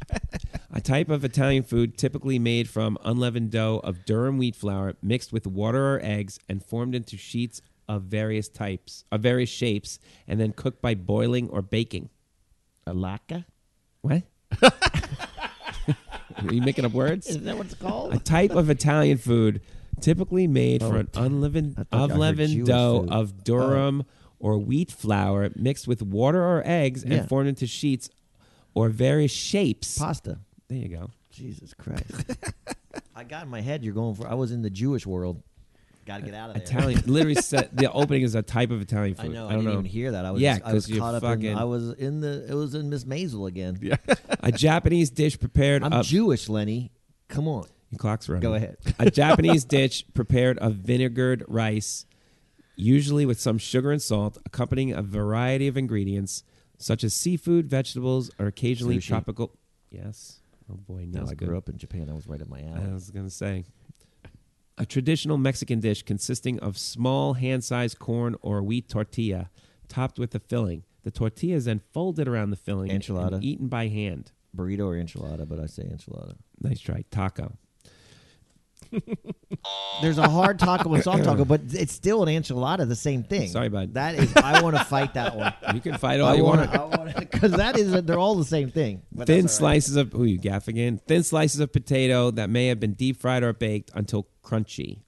Speaker 1: a type of Italian food typically made from unleavened dough of durum wheat flour mixed with water or eggs and formed into sheets of various types of various shapes and then cooked by boiling or baking.
Speaker 4: a laka.
Speaker 1: What? Are you making up words?
Speaker 4: Is that what it's called?
Speaker 1: a type of Italian food typically made from an
Speaker 4: I
Speaker 1: unleavened,
Speaker 4: thought Oh, I heard
Speaker 1: unleavened
Speaker 4: Jewish
Speaker 1: dough
Speaker 4: food. Oh.
Speaker 1: of durum or wheat flour mixed with water or eggs
Speaker 4: Yeah.
Speaker 1: and formed into sheets or various shapes.
Speaker 4: Pasta.
Speaker 1: there you go.
Speaker 4: Jesus Christ. I got in my head you're going for I was in the Jewish world. Gotta get out of there.
Speaker 1: Italian literally said the opening is a type of Italian food.
Speaker 4: I know, I,
Speaker 1: don't
Speaker 4: didn't
Speaker 1: know.
Speaker 4: even hear that. I was
Speaker 1: Yeah,
Speaker 4: I was
Speaker 1: 'cause you're
Speaker 4: caught up
Speaker 1: fucking-
Speaker 4: in I was in the it was in Miss Maisel again. Yeah.
Speaker 1: A Japanese dish prepared
Speaker 4: I'm
Speaker 1: of
Speaker 4: Jewish, Lenny. Come on.
Speaker 1: Your clock's running.
Speaker 4: Go ahead.
Speaker 1: a Japanese dish prepared of vinegared rice, usually with some sugar and salt, accompanying a variety of ingredients such as seafood, vegetables, or occasionally
Speaker 4: Sushi.
Speaker 1: tropical. Yes. Oh boy, no.
Speaker 4: No, I grew up in Japan. I was right up my alley.
Speaker 1: I was gonna say. A traditional Mexican dish consisting of small hand-sized corn or wheat tortilla, topped with a filling. The tortilla is then folded around the filling and
Speaker 4: Enchilada.
Speaker 1: eaten by hand.
Speaker 4: Burrito or enchilada, but I say enchilada.
Speaker 1: Nice try, taco.
Speaker 4: There's a hard taco and soft taco, but it's still an enchilada, the same thing.
Speaker 1: Sorry, bud.
Speaker 4: That is, I want to fight that one.
Speaker 1: You can fight all
Speaker 4: I
Speaker 1: you want.
Speaker 4: want because that is they're all the same thing. but
Speaker 1: Thin
Speaker 4: that's all right.
Speaker 1: slices of ooh, you gaff again. Thin slices of potato that may have been deep fried or baked until crunchy.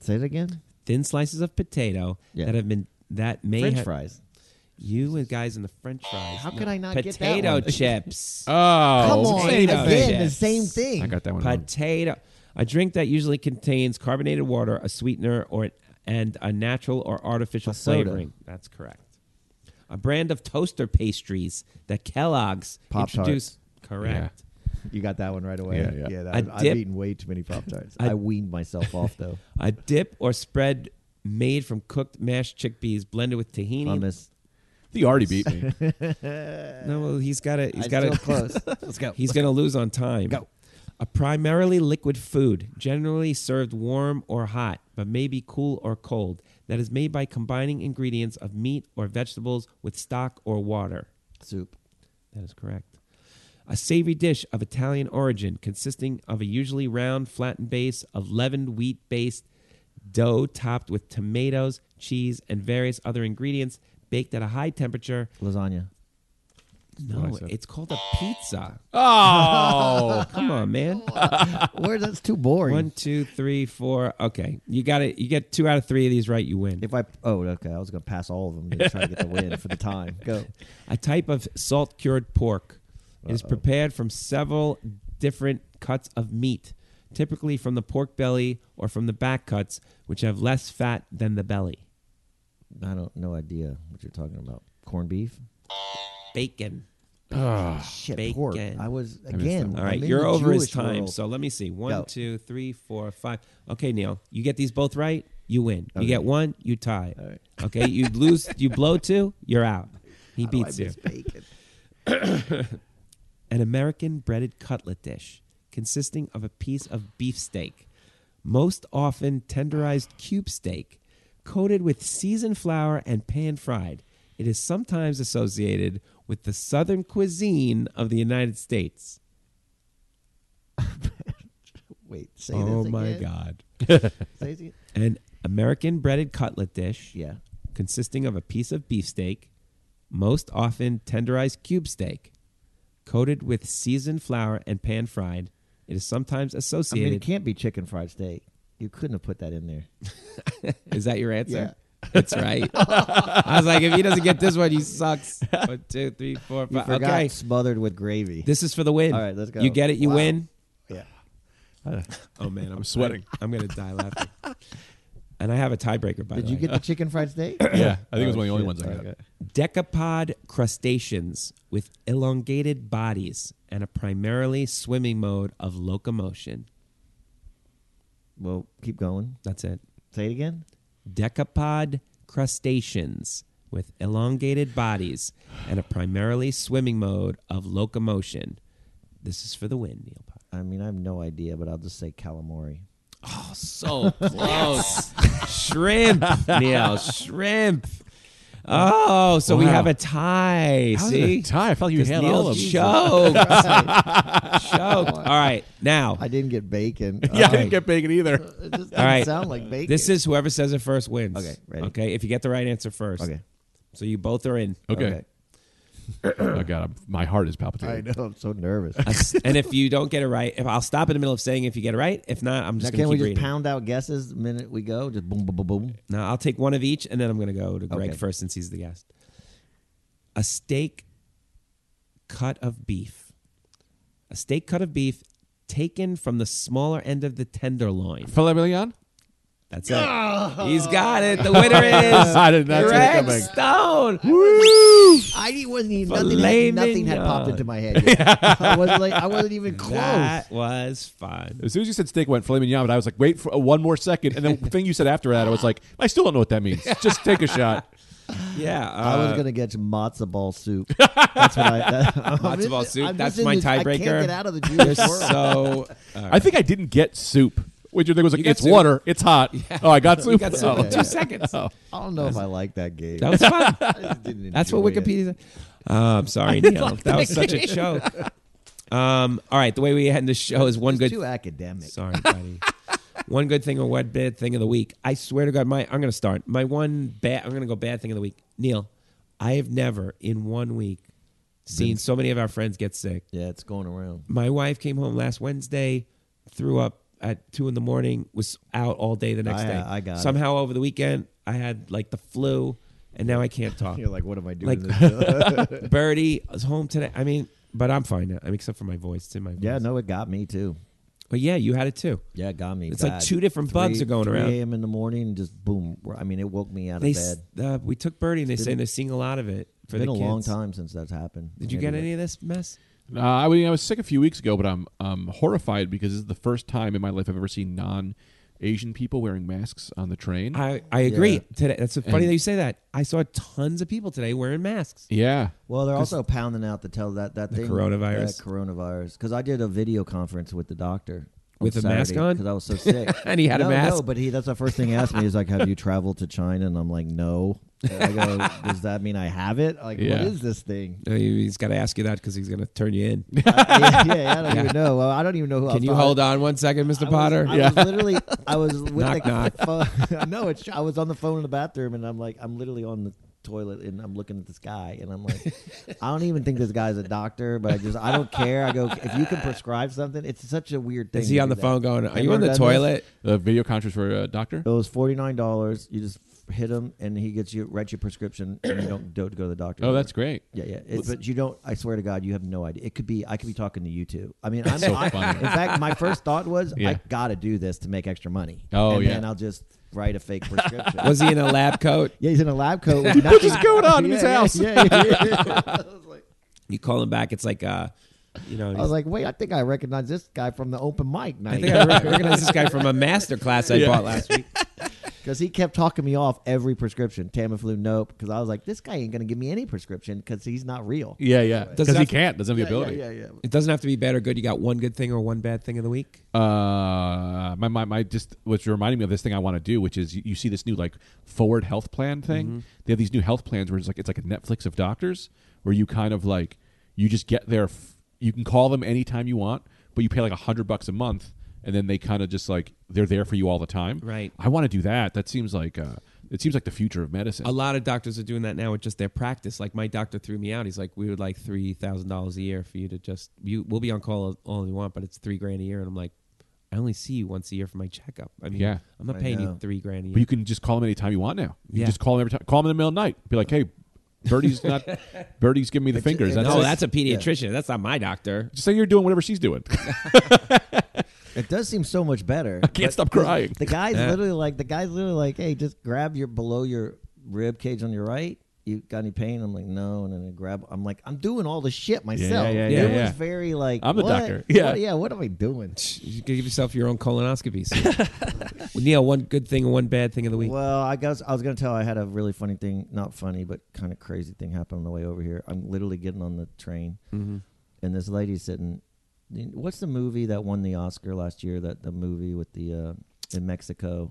Speaker 4: Say it again.
Speaker 1: Thin slices of potato
Speaker 4: Yeah.
Speaker 1: that have been that may
Speaker 4: French
Speaker 1: ha-
Speaker 4: fries.
Speaker 1: You and guys in the French fries.
Speaker 4: How
Speaker 1: No.
Speaker 4: could I not get that
Speaker 1: potato
Speaker 4: one?
Speaker 1: chips?
Speaker 2: Oh,
Speaker 4: Come on,
Speaker 1: same
Speaker 4: again,
Speaker 1: thing.
Speaker 4: the same thing.
Speaker 2: I got that one. wrong.
Speaker 1: potato. A drink that usually contains carbonated water, a sweetener, or an, and a natural or artificial
Speaker 4: A soda.
Speaker 1: flavoring. That's correct. A brand of toaster pastries that Kellogg's
Speaker 4: Pop-Tarts.
Speaker 1: introduced. Correct.
Speaker 4: You got that one right away.
Speaker 2: Yeah, yeah.
Speaker 4: that,
Speaker 1: A
Speaker 4: I've
Speaker 1: dip-
Speaker 4: eaten way too many pop tarts.
Speaker 1: A-
Speaker 4: I weaned myself off though.
Speaker 1: A dip or spread made from cooked mashed chickpeas blended with tahini.
Speaker 4: Hummus.
Speaker 2: You already beat me.
Speaker 1: No, well, he's got it. He's
Speaker 4: I'm
Speaker 1: got
Speaker 4: still
Speaker 1: it.
Speaker 4: close. Let's go.
Speaker 1: He's going to lose on time.
Speaker 4: Go.
Speaker 1: A primarily liquid food, generally served warm or hot, but maybe cool or cold, that is made by combining ingredients of meat or vegetables with stock or water.
Speaker 4: soup.
Speaker 1: That is correct. A savory dish of Italian origin, consisting of a usually round, flattened base of leavened wheat based dough topped with tomatoes, cheese, and various other ingredients, baked at a high temperature.
Speaker 4: Lasagna.
Speaker 1: No, it's called a pizza.
Speaker 2: Oh,
Speaker 1: Come on, man.
Speaker 4: Where that's too boring.
Speaker 1: One, two, three, four. Okay, you got it. You get two out of three of these right, you win.
Speaker 4: If I oh okay, I was gonna pass all of them to try to get the win for the time. Go.
Speaker 1: a type of salt cured pork It is prepared from several different cuts of meat, typically from the pork belly or from the back cuts, which have less fat than the belly.
Speaker 4: I don't no idea what you're talking about. Corned beef.
Speaker 1: Bacon.
Speaker 4: Shit,
Speaker 1: Ah, Bacon.
Speaker 4: pork. I was
Speaker 2: missed
Speaker 4: again.
Speaker 1: All right,
Speaker 4: I'm in
Speaker 1: you're
Speaker 4: the
Speaker 1: over his
Speaker 4: Jewish
Speaker 1: time.
Speaker 4: world.
Speaker 1: So let me see.
Speaker 4: Go.
Speaker 1: One, two, three, four, five. Okay, Neil, you get these both right, you win.
Speaker 4: Okay.
Speaker 1: You get one, you tie.
Speaker 4: All right.
Speaker 1: Okay, you lose, you blow two, you're out. He
Speaker 4: How do I
Speaker 1: beats you.
Speaker 4: miss bacon?
Speaker 1: an American breaded cutlet dish consisting of a piece of beefsteak, most often tenderized cube steak, coated with seasoned flour and pan fried. It is sometimes associated with the southern cuisine of the United States.
Speaker 4: Wait, say
Speaker 1: oh
Speaker 4: this again.
Speaker 1: my God.
Speaker 4: Say this again.
Speaker 1: An American breaded cutlet dish
Speaker 4: Yeah.
Speaker 1: consisting of a piece of beefsteak, most often tenderized cube steak, coated with seasoned flour and pan fried. It is sometimes
Speaker 4: I mean, it
Speaker 1: associated.
Speaker 4: can't be chicken fried steak. You couldn't have put that in there.
Speaker 1: is that your answer? That's right. I was like, if he doesn't get this one, he sucks. One, two, three, four,
Speaker 4: You
Speaker 1: five.
Speaker 4: forgot
Speaker 1: Okay,
Speaker 4: smothered with gravy.
Speaker 1: this is for the win.
Speaker 4: All right, let's go.
Speaker 1: You get it. You
Speaker 4: Wow.
Speaker 1: win.
Speaker 4: yeah.
Speaker 1: Oh man, I'm
Speaker 2: sweating.
Speaker 1: I'm gonna die laughing. And I have a tiebreaker. By
Speaker 4: Did
Speaker 1: the
Speaker 4: you
Speaker 1: way. Uh,
Speaker 4: get the chicken fried steak?
Speaker 2: yeah. I think it was
Speaker 4: Oh,
Speaker 2: one of the only
Speaker 4: shit.
Speaker 2: ones I got.
Speaker 4: Okay.
Speaker 1: Decapod crustaceans with elongated bodies and a primarily swimming mode of locomotion.
Speaker 4: Well, keep going.
Speaker 1: That's it.
Speaker 4: Say it again.
Speaker 1: Decapod crustaceans with elongated bodies and a primarily swimming mode of locomotion. This is for the win, Neil Potter.
Speaker 4: I mean, I have no idea, but I'll just say calamari.
Speaker 1: Oh, So close. shrimp, Neil, shrimp. Oh, so we
Speaker 2: Wow.
Speaker 1: have a tie.
Speaker 2: How is it a
Speaker 1: see?
Speaker 2: tie? I felt you
Speaker 1: 'Cause
Speaker 2: had
Speaker 1: Neil
Speaker 2: all of them.
Speaker 1: Choked. choked. All right. Now,
Speaker 4: I didn't get bacon.
Speaker 2: Yeah, I
Speaker 4: Uh,
Speaker 2: didn't get bacon either.
Speaker 4: it just doesn't
Speaker 1: All right.
Speaker 4: sound like bacon.
Speaker 1: This is whoever says it first wins.
Speaker 4: Okay, ready?
Speaker 1: Okay, if you get the right answer first.
Speaker 4: okay.
Speaker 1: So you both are in.
Speaker 2: Okay. oh God, I'm, my heart is
Speaker 4: I
Speaker 2: palpitating.
Speaker 4: know. I'm so nervous.
Speaker 1: A s- and if you don't get it right, if I'll stop in the middle of saying if you get it right. If not, I'm
Speaker 4: Now,
Speaker 1: just going
Speaker 4: can
Speaker 1: to
Speaker 4: we
Speaker 1: keep
Speaker 4: just
Speaker 1: reading.
Speaker 4: pound out guesses the minute we go? Just boom, boom, boom, boom.
Speaker 1: No, I'll take one of each, and then I'm going to go to Greg
Speaker 4: Okay.
Speaker 1: first since he's the guest. A steak cut of beef. A steak cut of beef taken from the smaller end of the tenderloin.
Speaker 2: Filet mignon.
Speaker 1: That's it. he's got it. The winner is
Speaker 2: I did not see
Speaker 1: Greg
Speaker 2: that coming.
Speaker 1: Stone.
Speaker 4: I wasn't even nothing.
Speaker 1: Filet
Speaker 4: Had, nothing had popped
Speaker 1: mignon.
Speaker 4: into my head. Yet. I wasn't like I wasn't even close.
Speaker 1: That was fun.
Speaker 2: As soon as you said steak went filet mignon, but I was like, wait for uh, one more second. And then the thing you said after that, I was like, I still don't know what that means. Just take a shot.
Speaker 1: Yeah.
Speaker 4: I
Speaker 1: uh,
Speaker 4: was gonna get matzo ball soup. That's what I. That, I'm
Speaker 1: Matzo ball
Speaker 4: just-
Speaker 1: soup?
Speaker 4: I'm
Speaker 1: That's
Speaker 4: just in
Speaker 1: my
Speaker 4: this- I
Speaker 1: tiebreaker?
Speaker 4: can't get out of the
Speaker 1: You're
Speaker 4: Jewish world.
Speaker 1: so. all
Speaker 2: I think I didn't get soup. Which you think was like,
Speaker 1: You got
Speaker 2: it's
Speaker 1: soup.
Speaker 2: water, it's hot. Oh, I got soup.
Speaker 1: You got so
Speaker 2: Oh.
Speaker 1: two seconds.
Speaker 4: I don't know if I like that game.
Speaker 1: That was fun.
Speaker 4: I just didn't
Speaker 1: That's what
Speaker 4: enjoy
Speaker 1: Wikipedia.
Speaker 4: it.
Speaker 1: Uh, I'm sorry, Neil. That was such a joke. Um, all right, the way we end the show is one
Speaker 4: It's
Speaker 1: good.
Speaker 4: too academic.
Speaker 1: Sorry, buddy. One good thing or one bad thing of the week. I swear to God, my I'm going to start my one bad. I'm going to go bad thing of the week. Neil, I have never in one week seen so many of our friends get sick.
Speaker 4: Yeah, it's going around.
Speaker 1: My wife came home last Wednesday, threw up at two in the morning, was out all day the next
Speaker 4: I- uh,
Speaker 1: day.
Speaker 4: I got it.
Speaker 1: somehow over the weekend I had like the flu, and now I can't talk.
Speaker 4: You're like, what am I doing?
Speaker 1: Like-
Speaker 4: to this?
Speaker 1: Birdie is home today. I mean, but I'm fine now. I mean, except for my voice. It's in my voice.
Speaker 4: yeah, no, it got me too.
Speaker 1: But yeah, you had it too.
Speaker 4: Yeah, it got me.
Speaker 1: It's
Speaker 4: bad.
Speaker 1: like two different bugs
Speaker 4: Three-
Speaker 1: are going
Speaker 4: 3
Speaker 1: around.
Speaker 4: a.m. in the morning, and just boom. I mean, it woke me out of
Speaker 1: They s-
Speaker 4: bed.
Speaker 1: uh, we took Birdie and they say they're seeing a lot of it for
Speaker 4: It's been
Speaker 1: the
Speaker 4: a
Speaker 1: kids.
Speaker 4: long time since that's happened.
Speaker 1: Did you get any of this mess?
Speaker 2: Uh, I, mean, I was sick a few weeks ago, but I'm um, horrified because this is the first time in my life I've ever seen non Asian people wearing masks on the train.
Speaker 1: I, I agree.
Speaker 4: Mm. Yeah.
Speaker 1: Today, that's so funny
Speaker 2: And-
Speaker 1: that you say that. I saw tons of people today wearing masks.
Speaker 2: yeah.
Speaker 4: Well, they're also pounding out the tell that that
Speaker 1: The
Speaker 4: thing
Speaker 1: coronavirus?
Speaker 4: that coronavirus. Because I did a video conference with the doctor
Speaker 1: With a mask on?
Speaker 4: because I was so sick,
Speaker 1: And he had a
Speaker 4: no, No,
Speaker 1: mask?
Speaker 4: but he that's the first thing he asked me. He's like, "Have you traveled to China?" And I'm like, "No." I go, "Does that mean I have it? Like,
Speaker 2: Yeah.
Speaker 4: what is this thing?"
Speaker 1: Uh, he- He's got to ask you that because he's going to turn you in.
Speaker 4: yeah, yeah, I don't even know. Well, I don't even know who.
Speaker 1: Can
Speaker 4: I
Speaker 1: you
Speaker 4: thought-
Speaker 1: hold on one second, Mr.
Speaker 4: I
Speaker 1: Potter?
Speaker 4: Was, I was literally, I was with
Speaker 1: Knock,
Speaker 4: the phone. no, it's. I was on the phone in the bathroom, and I'm like, I'm literally on the toilet, and I'm looking at this guy, and I'm like, I don't even think this guy's a doctor, but I just, I don't care. I go, if you can prescribe something, it's such a weird thing.
Speaker 1: Is he
Speaker 4: to
Speaker 1: on
Speaker 4: do
Speaker 1: the
Speaker 4: that.
Speaker 1: phone going, Are
Speaker 4: Have
Speaker 1: you
Speaker 4: ever
Speaker 1: on the
Speaker 4: done
Speaker 1: toilet?
Speaker 2: The video conference for a doctor?
Speaker 4: It was forty nine dollars. You just hit him, and he gets you writes your prescription, and you don't don't go to the doctor.
Speaker 2: Oh, that's great.
Speaker 4: Yeah, yeah. It, but you don't. I swear to God, you have no idea. It could be. I could be talking to you two. I mean, I'm,
Speaker 2: so
Speaker 4: I-
Speaker 2: funny.
Speaker 4: In fact, my first thought was,
Speaker 2: Yeah.
Speaker 4: I got to do this to make extra money.
Speaker 2: Oh,
Speaker 4: and
Speaker 2: yeah.
Speaker 4: And I'll just write a fake prescription.
Speaker 1: Was he in a lab coat?
Speaker 4: yeah, he's in a lab coat. With nothing.
Speaker 2: just going on in his
Speaker 4: Yeah, yeah,
Speaker 2: house.
Speaker 4: Yeah, yeah, yeah.
Speaker 1: You call him back. It's like, uh, you know,
Speaker 4: I was like, wait, I think I recognize this guy from the open
Speaker 1: I
Speaker 4: mic night
Speaker 1: think I re- recognize this guy from a master class I
Speaker 2: Yeah.
Speaker 1: bought last week.
Speaker 4: because he kept talking me off every prescription. Tamiflu, nope. Because I was like, this guy ain't gonna give me any prescription because he's not real.
Speaker 2: Yeah, yeah.
Speaker 1: Does
Speaker 2: Because
Speaker 1: it
Speaker 2: he
Speaker 1: have-
Speaker 2: can't. Doesn't have the ability.
Speaker 4: yeah, yeah. yeah.
Speaker 1: It doesn't have to be bad or good. You got one good thing or one bad thing of the week.
Speaker 2: Uh, my, my, my, just what's reminding me of this thing I want to do, which is you, you see this new like forward health plan thing.
Speaker 1: Mm-hmm.
Speaker 2: They have these new health plans where it's like it's like a Netflix of doctors, where you kind of like you just get there. F- you can call them anytime you want, but you pay like a hundred bucks a month, and then they kind of just like they're there for you all the time.
Speaker 1: Right.
Speaker 2: I want to do that. That seems like uh, it seems like the future of medicine.
Speaker 1: A lot of doctors are doing that now with just their practice. Like my doctor threw me out. He's like, we would like three thousand dollars a year for you to just you. We'll be on call all you want, but it's three grand a year. And I'm like, I only see you once a year for my checkup. I mean,
Speaker 2: Yeah.
Speaker 1: I'm not
Speaker 4: I
Speaker 1: paying you
Speaker 4: know.
Speaker 1: three grand a year.
Speaker 2: But you can just call them anytime you want now. You
Speaker 1: Yeah.
Speaker 2: can just call them every time. Call them in the middle of the night. Be like, hey, Birdie's not. Birdie's giving me the fingers. That's
Speaker 1: no,
Speaker 2: it.
Speaker 1: Oh, that's a pediatrician. That's not my doctor.
Speaker 2: Just say you're doing whatever she's doing.
Speaker 4: It does seem so much better.
Speaker 2: Can't stop crying.
Speaker 4: The guy's literally like, the guy's literally like, hey, just grab your below your rib cage on your right. You got any pain? I'm like, no. And then I grab. I'm like, I'm doing all the shit myself.
Speaker 2: yeah,
Speaker 1: yeah,
Speaker 4: It
Speaker 2: yeah.
Speaker 4: was very like,
Speaker 2: I'm the
Speaker 4: what?
Speaker 2: doctor.
Speaker 4: What-
Speaker 2: Yeah.
Speaker 4: yeah. What am I doing?
Speaker 1: You can give yourself your own colonoscopy. soon. Neil, one good thing and one bad thing of the week.
Speaker 4: Well, I guess I was gonna tell. I had a really funny thing, not funny, but kind of crazy thing happen on the way over here. I'm literally getting on the train, and this lady's sitting. What's the movie that won the Oscar last year? That the movie with the uh, in Mexico.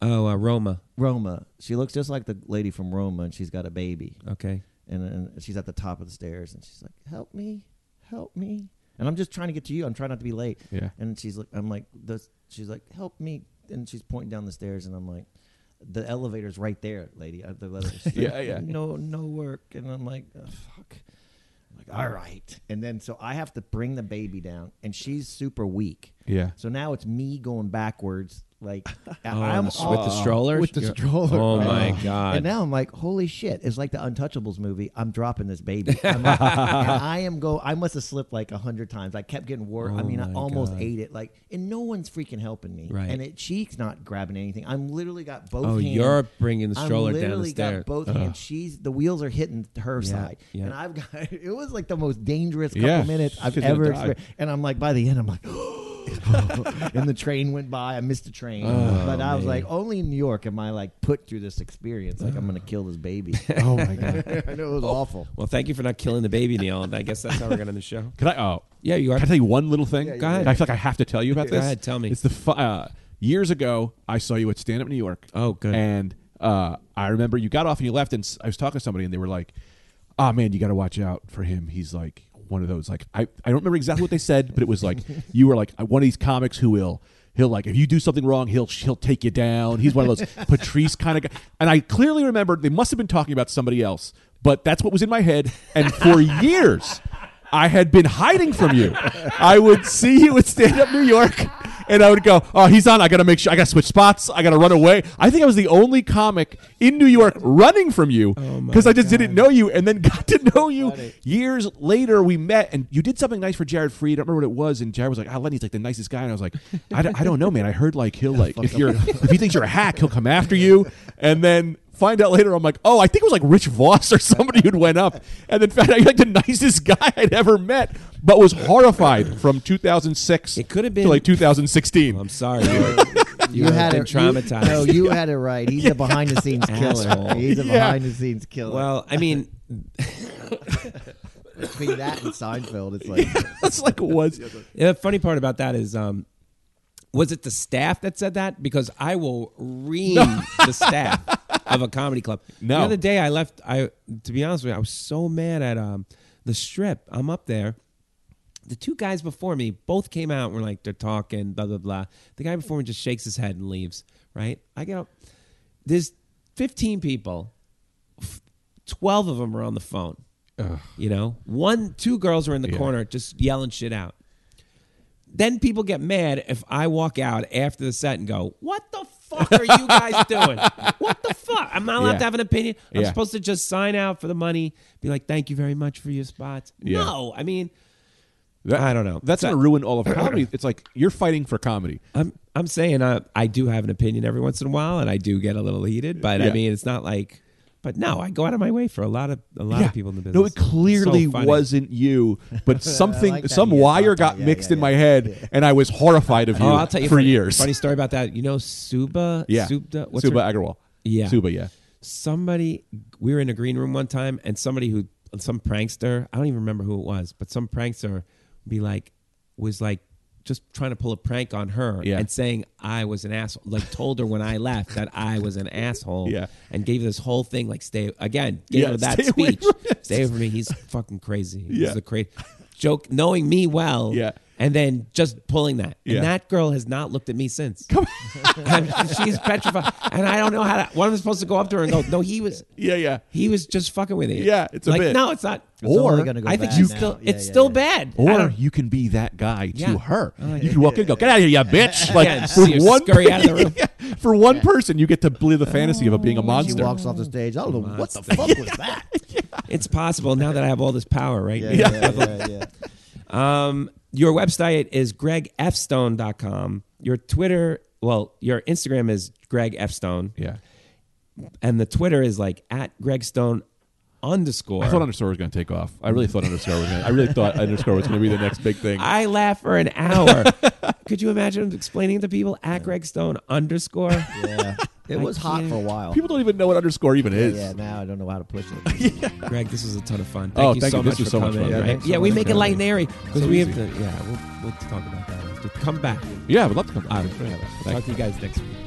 Speaker 1: Oh, uh, Roma.
Speaker 4: Roma. She looks just like the lady from Roma, and she's got a baby,
Speaker 1: Okay.
Speaker 4: and, and she's at the top of the stairs, and she's like, "Help me, help me!" And I'm just trying to get to you. I'm trying not to be late.
Speaker 2: Yeah.
Speaker 4: And she's like, I'm like, this, she's like, "Help me!" And she's pointing down the stairs, and I'm like, "The elevator's right there, lady." Uh, The elevator. She's
Speaker 2: Yeah,
Speaker 4: like,
Speaker 2: yeah.
Speaker 4: No, no work, and I'm like, oh, "Fuck." I'm like, all right. And then so I have to bring the baby down, and she's super weak.
Speaker 2: Yeah.
Speaker 4: So now it's me going backwards. Like
Speaker 1: Oh,
Speaker 4: I'm
Speaker 1: with the
Speaker 4: all-
Speaker 1: stroller.
Speaker 4: with the
Speaker 1: You're-
Speaker 4: stroller.
Speaker 1: Oh
Speaker 4: Right.
Speaker 1: my god.
Speaker 4: And now I'm like, holy shit! It's like the Untouchables movie. I'm dropping this baby. I'm like- and I am go. I must have slipped like a hundred times. I kept getting worse. I
Speaker 1: Oh
Speaker 4: mean, I
Speaker 1: my
Speaker 4: almost
Speaker 1: God.
Speaker 4: ate it. Like, and no one's freaking helping me.
Speaker 1: Right.
Speaker 4: And it, she's not grabbing anything. I'm literally got both.
Speaker 1: Oh,
Speaker 4: hands.
Speaker 1: you're bringing the
Speaker 4: I'm
Speaker 1: stroller down the
Speaker 4: literally
Speaker 1: stair.
Speaker 4: Got both hands. She's the wheels are hitting her side,
Speaker 1: yeah.
Speaker 4: and I've got. It was like the most dangerous couple
Speaker 2: Yeah.
Speaker 4: minutes I've
Speaker 2: She's gonna
Speaker 4: ever
Speaker 2: die.
Speaker 4: experienced. And I'm like, by the end, I'm like. and the train went by. I missed the train, but I was like, only in New York am I like put through this experience. Like I'm gonna kill this baby.
Speaker 2: oh my god.
Speaker 4: I know it was awful.
Speaker 1: Well, thank you for not killing the baby, Neil. And I guess that's how we're going to the show.
Speaker 2: Can I? Oh,
Speaker 1: Mm-hmm. Yeah, you are.
Speaker 2: Can I tell you one little thing?
Speaker 1: Go ahead.
Speaker 2: I feel like I have to tell you about
Speaker 1: Go
Speaker 2: this.
Speaker 1: ahead, tell me.
Speaker 2: It's the fu- uh, years ago. I saw you at Stand Up New York.
Speaker 1: Oh, good.
Speaker 2: And uh, I remember you got off and you left, and s- I was talking to somebody, and they were like, "Ah, man, you got to watch out for him. He's like one of those. Like I, I don't remember exactly what they said, but it was like you were like one of these comics who will." He'll like if you do something wrong, he'll he'll take you down. He's one of those Patrice kind of guy. And I clearly remember they must have been talking about somebody else, but that's what was in my head. And for years, I had been hiding from you. I would see you at Stand Up New York, and I would go, "Oh, he's on. I gotta make sure. I gotta switch spots. I gotta run away." I think I was the only comic in New York running from you because I just didn't know you, and then got to know you years later. We met, and you did something nice for Jared Freed. I don't remember what it was, and Jared was like, "Ah, Lenny's like the nicest guy," and I was like, "I don't, I don't know, man. I heard like he'll like if you're if he thinks you're a hack, he'll come after you," and then Find out later, I'm like, oh, I think it was like Rich Voss or somebody who'd went up, and then found out you're like the nicest guy I'd ever met, but was horrified from 2006.
Speaker 1: It could have
Speaker 2: to
Speaker 1: been-
Speaker 2: like 2016.
Speaker 1: I'm sorry. You, were, you, had been
Speaker 3: it-
Speaker 1: traumatized.
Speaker 3: You, no, you had it right. He's a behind the scenes killer.
Speaker 1: Asshole.
Speaker 3: He's a
Speaker 2: Yeah.
Speaker 3: behind the scenes killer.
Speaker 1: well, I mean,
Speaker 3: between that and Seinfeld, it's like
Speaker 2: That's like it was.
Speaker 1: the funny part about that is, um, was it the staff that said that? Because I will ream the staff of a comedy club.
Speaker 2: No.
Speaker 1: The other day I left. I to be honest with you, I was so mad at um, the strip. I'm up there. The two guys before me both came out and were like, they're talking, blah, blah, blah. The guy before me just shakes his head and leaves, right? I get up. There's 15 people. F- 12 of them are on the phone. You know, one, two girls are in the corner just yelling shit out. Then people get mad if I walk out after the set and go, What the fuck are you guys doing? What the fuck? I'm not allowed
Speaker 2: Yeah.
Speaker 1: to have an opinion. I'm
Speaker 2: Yeah.
Speaker 1: supposed to just sign out for the money, be like, Thank you very much for your spots.
Speaker 2: Yeah.
Speaker 1: No, I mean,
Speaker 2: That-
Speaker 1: I don't know.
Speaker 2: That's
Speaker 1: That-
Speaker 2: gonna ruin all of comedy. It's like you're fighting for comedy.
Speaker 1: I'm I'm saying I I do have an opinion every once in a while, and I do get a little heated. But
Speaker 2: Yeah.
Speaker 1: I mean, it's not like. But no, I go out of my way for a lot of a lot
Speaker 2: Yeah.
Speaker 1: of people in the business.
Speaker 2: No, it clearly
Speaker 1: So funny.
Speaker 2: wasn't you, but something,
Speaker 3: like that
Speaker 2: some
Speaker 3: he had
Speaker 2: wire
Speaker 3: thought that.
Speaker 2: got
Speaker 3: Yeah,
Speaker 2: mixed
Speaker 3: yeah,
Speaker 2: in my
Speaker 3: yeah.
Speaker 2: head, and I was horrified of you,
Speaker 1: Oh, I'll tell you a
Speaker 2: for
Speaker 1: funny-
Speaker 2: years.
Speaker 1: Funny story about that. You know, Suba.
Speaker 2: yeah,
Speaker 1: Subda, what's
Speaker 2: Suba
Speaker 1: her-
Speaker 2: Agarwal.
Speaker 1: Yeah.
Speaker 2: Suba. Yeah,
Speaker 1: somebody we were in a green room one time and somebody who some prankster i don't even remember who it was but some prankster would be like was like just trying to pull a prank on her
Speaker 2: Yeah.
Speaker 1: and saying i was an asshole like told her when i left that i was an asshole
Speaker 2: Yeah.
Speaker 1: and gave this whole thing like stay again gave
Speaker 2: Yeah,
Speaker 1: her that
Speaker 2: stay away
Speaker 1: speech
Speaker 2: from it.
Speaker 1: stay over me he's fucking crazy
Speaker 2: Yeah.
Speaker 1: he's a crazy joke knowing me well
Speaker 2: Yeah.
Speaker 1: and then just pulling that
Speaker 2: Yeah.
Speaker 1: and that girl has not looked at me since I'm- she's petrified, and I don't know how to. What am I supposed to go up to her and go? No, he was.
Speaker 2: yeah, yeah.
Speaker 1: He was just fucking with you.
Speaker 2: Yeah, it's a
Speaker 1: like
Speaker 2: bit.
Speaker 1: no, it's not.
Speaker 2: Or-
Speaker 3: only gonna go
Speaker 1: I think
Speaker 3: bad
Speaker 1: you
Speaker 3: now.
Speaker 1: still.
Speaker 3: Yeah,
Speaker 1: it's
Speaker 3: yeah,
Speaker 1: still
Speaker 3: yeah.
Speaker 1: bad. I
Speaker 2: Or
Speaker 1: don't-
Speaker 2: you can be that guy
Speaker 1: Yeah.
Speaker 2: to her.
Speaker 1: Oh,
Speaker 2: You can walk in and go, get out of here, you bitch. Like
Speaker 1: Yeah, and
Speaker 2: for
Speaker 1: see her
Speaker 2: one
Speaker 1: scurry out of the room.
Speaker 2: Yeah. for one person, you get to live the fantasy of it being a
Speaker 3: she
Speaker 2: monster.
Speaker 3: walks off the stage. I don't know what the fuck was that.
Speaker 1: it's possible now that I have all this power, right?
Speaker 3: Yeah, yeah, yeah, yeah.
Speaker 1: Um, your website is gregfstone.com. Your Twitter, well, your Instagram is Greg F Stone,
Speaker 2: Yeah.
Speaker 1: and the Twitter is like at Greg Stone underscore.
Speaker 2: I thought underscore was going to take off. I really thought underscore was going. to I really thought underscore was going to be the next big thing.
Speaker 1: I laugh for an hour. Could you imagine explaining to people at Greg Stone underscore?
Speaker 3: Yeah. It
Speaker 1: I
Speaker 3: was hot
Speaker 1: can't-
Speaker 3: for a while.
Speaker 2: People don't even know what underscore even is.
Speaker 3: yeah, now I don't know how to push it.
Speaker 1: Greg, this was a ton of fun. Thank
Speaker 2: Oh,
Speaker 1: you
Speaker 2: thank
Speaker 1: so
Speaker 2: you.
Speaker 1: much
Speaker 2: This was
Speaker 1: for
Speaker 2: so much
Speaker 1: coming.
Speaker 2: fun.
Speaker 3: Yeah,
Speaker 1: right?
Speaker 3: thanks so
Speaker 1: Yeah, we
Speaker 3: much
Speaker 1: make
Speaker 3: for
Speaker 1: it light
Speaker 3: having
Speaker 1: and
Speaker 3: me.
Speaker 1: airy because
Speaker 2: So
Speaker 1: we have
Speaker 2: easy.
Speaker 1: to. Yeah, we'll, we'll talk about that. after. Come back.
Speaker 2: Yeah, I would love to come.
Speaker 1: All
Speaker 2: back.
Speaker 1: right,
Speaker 2: Thank
Speaker 1: talk
Speaker 2: you.
Speaker 1: to you guys next week.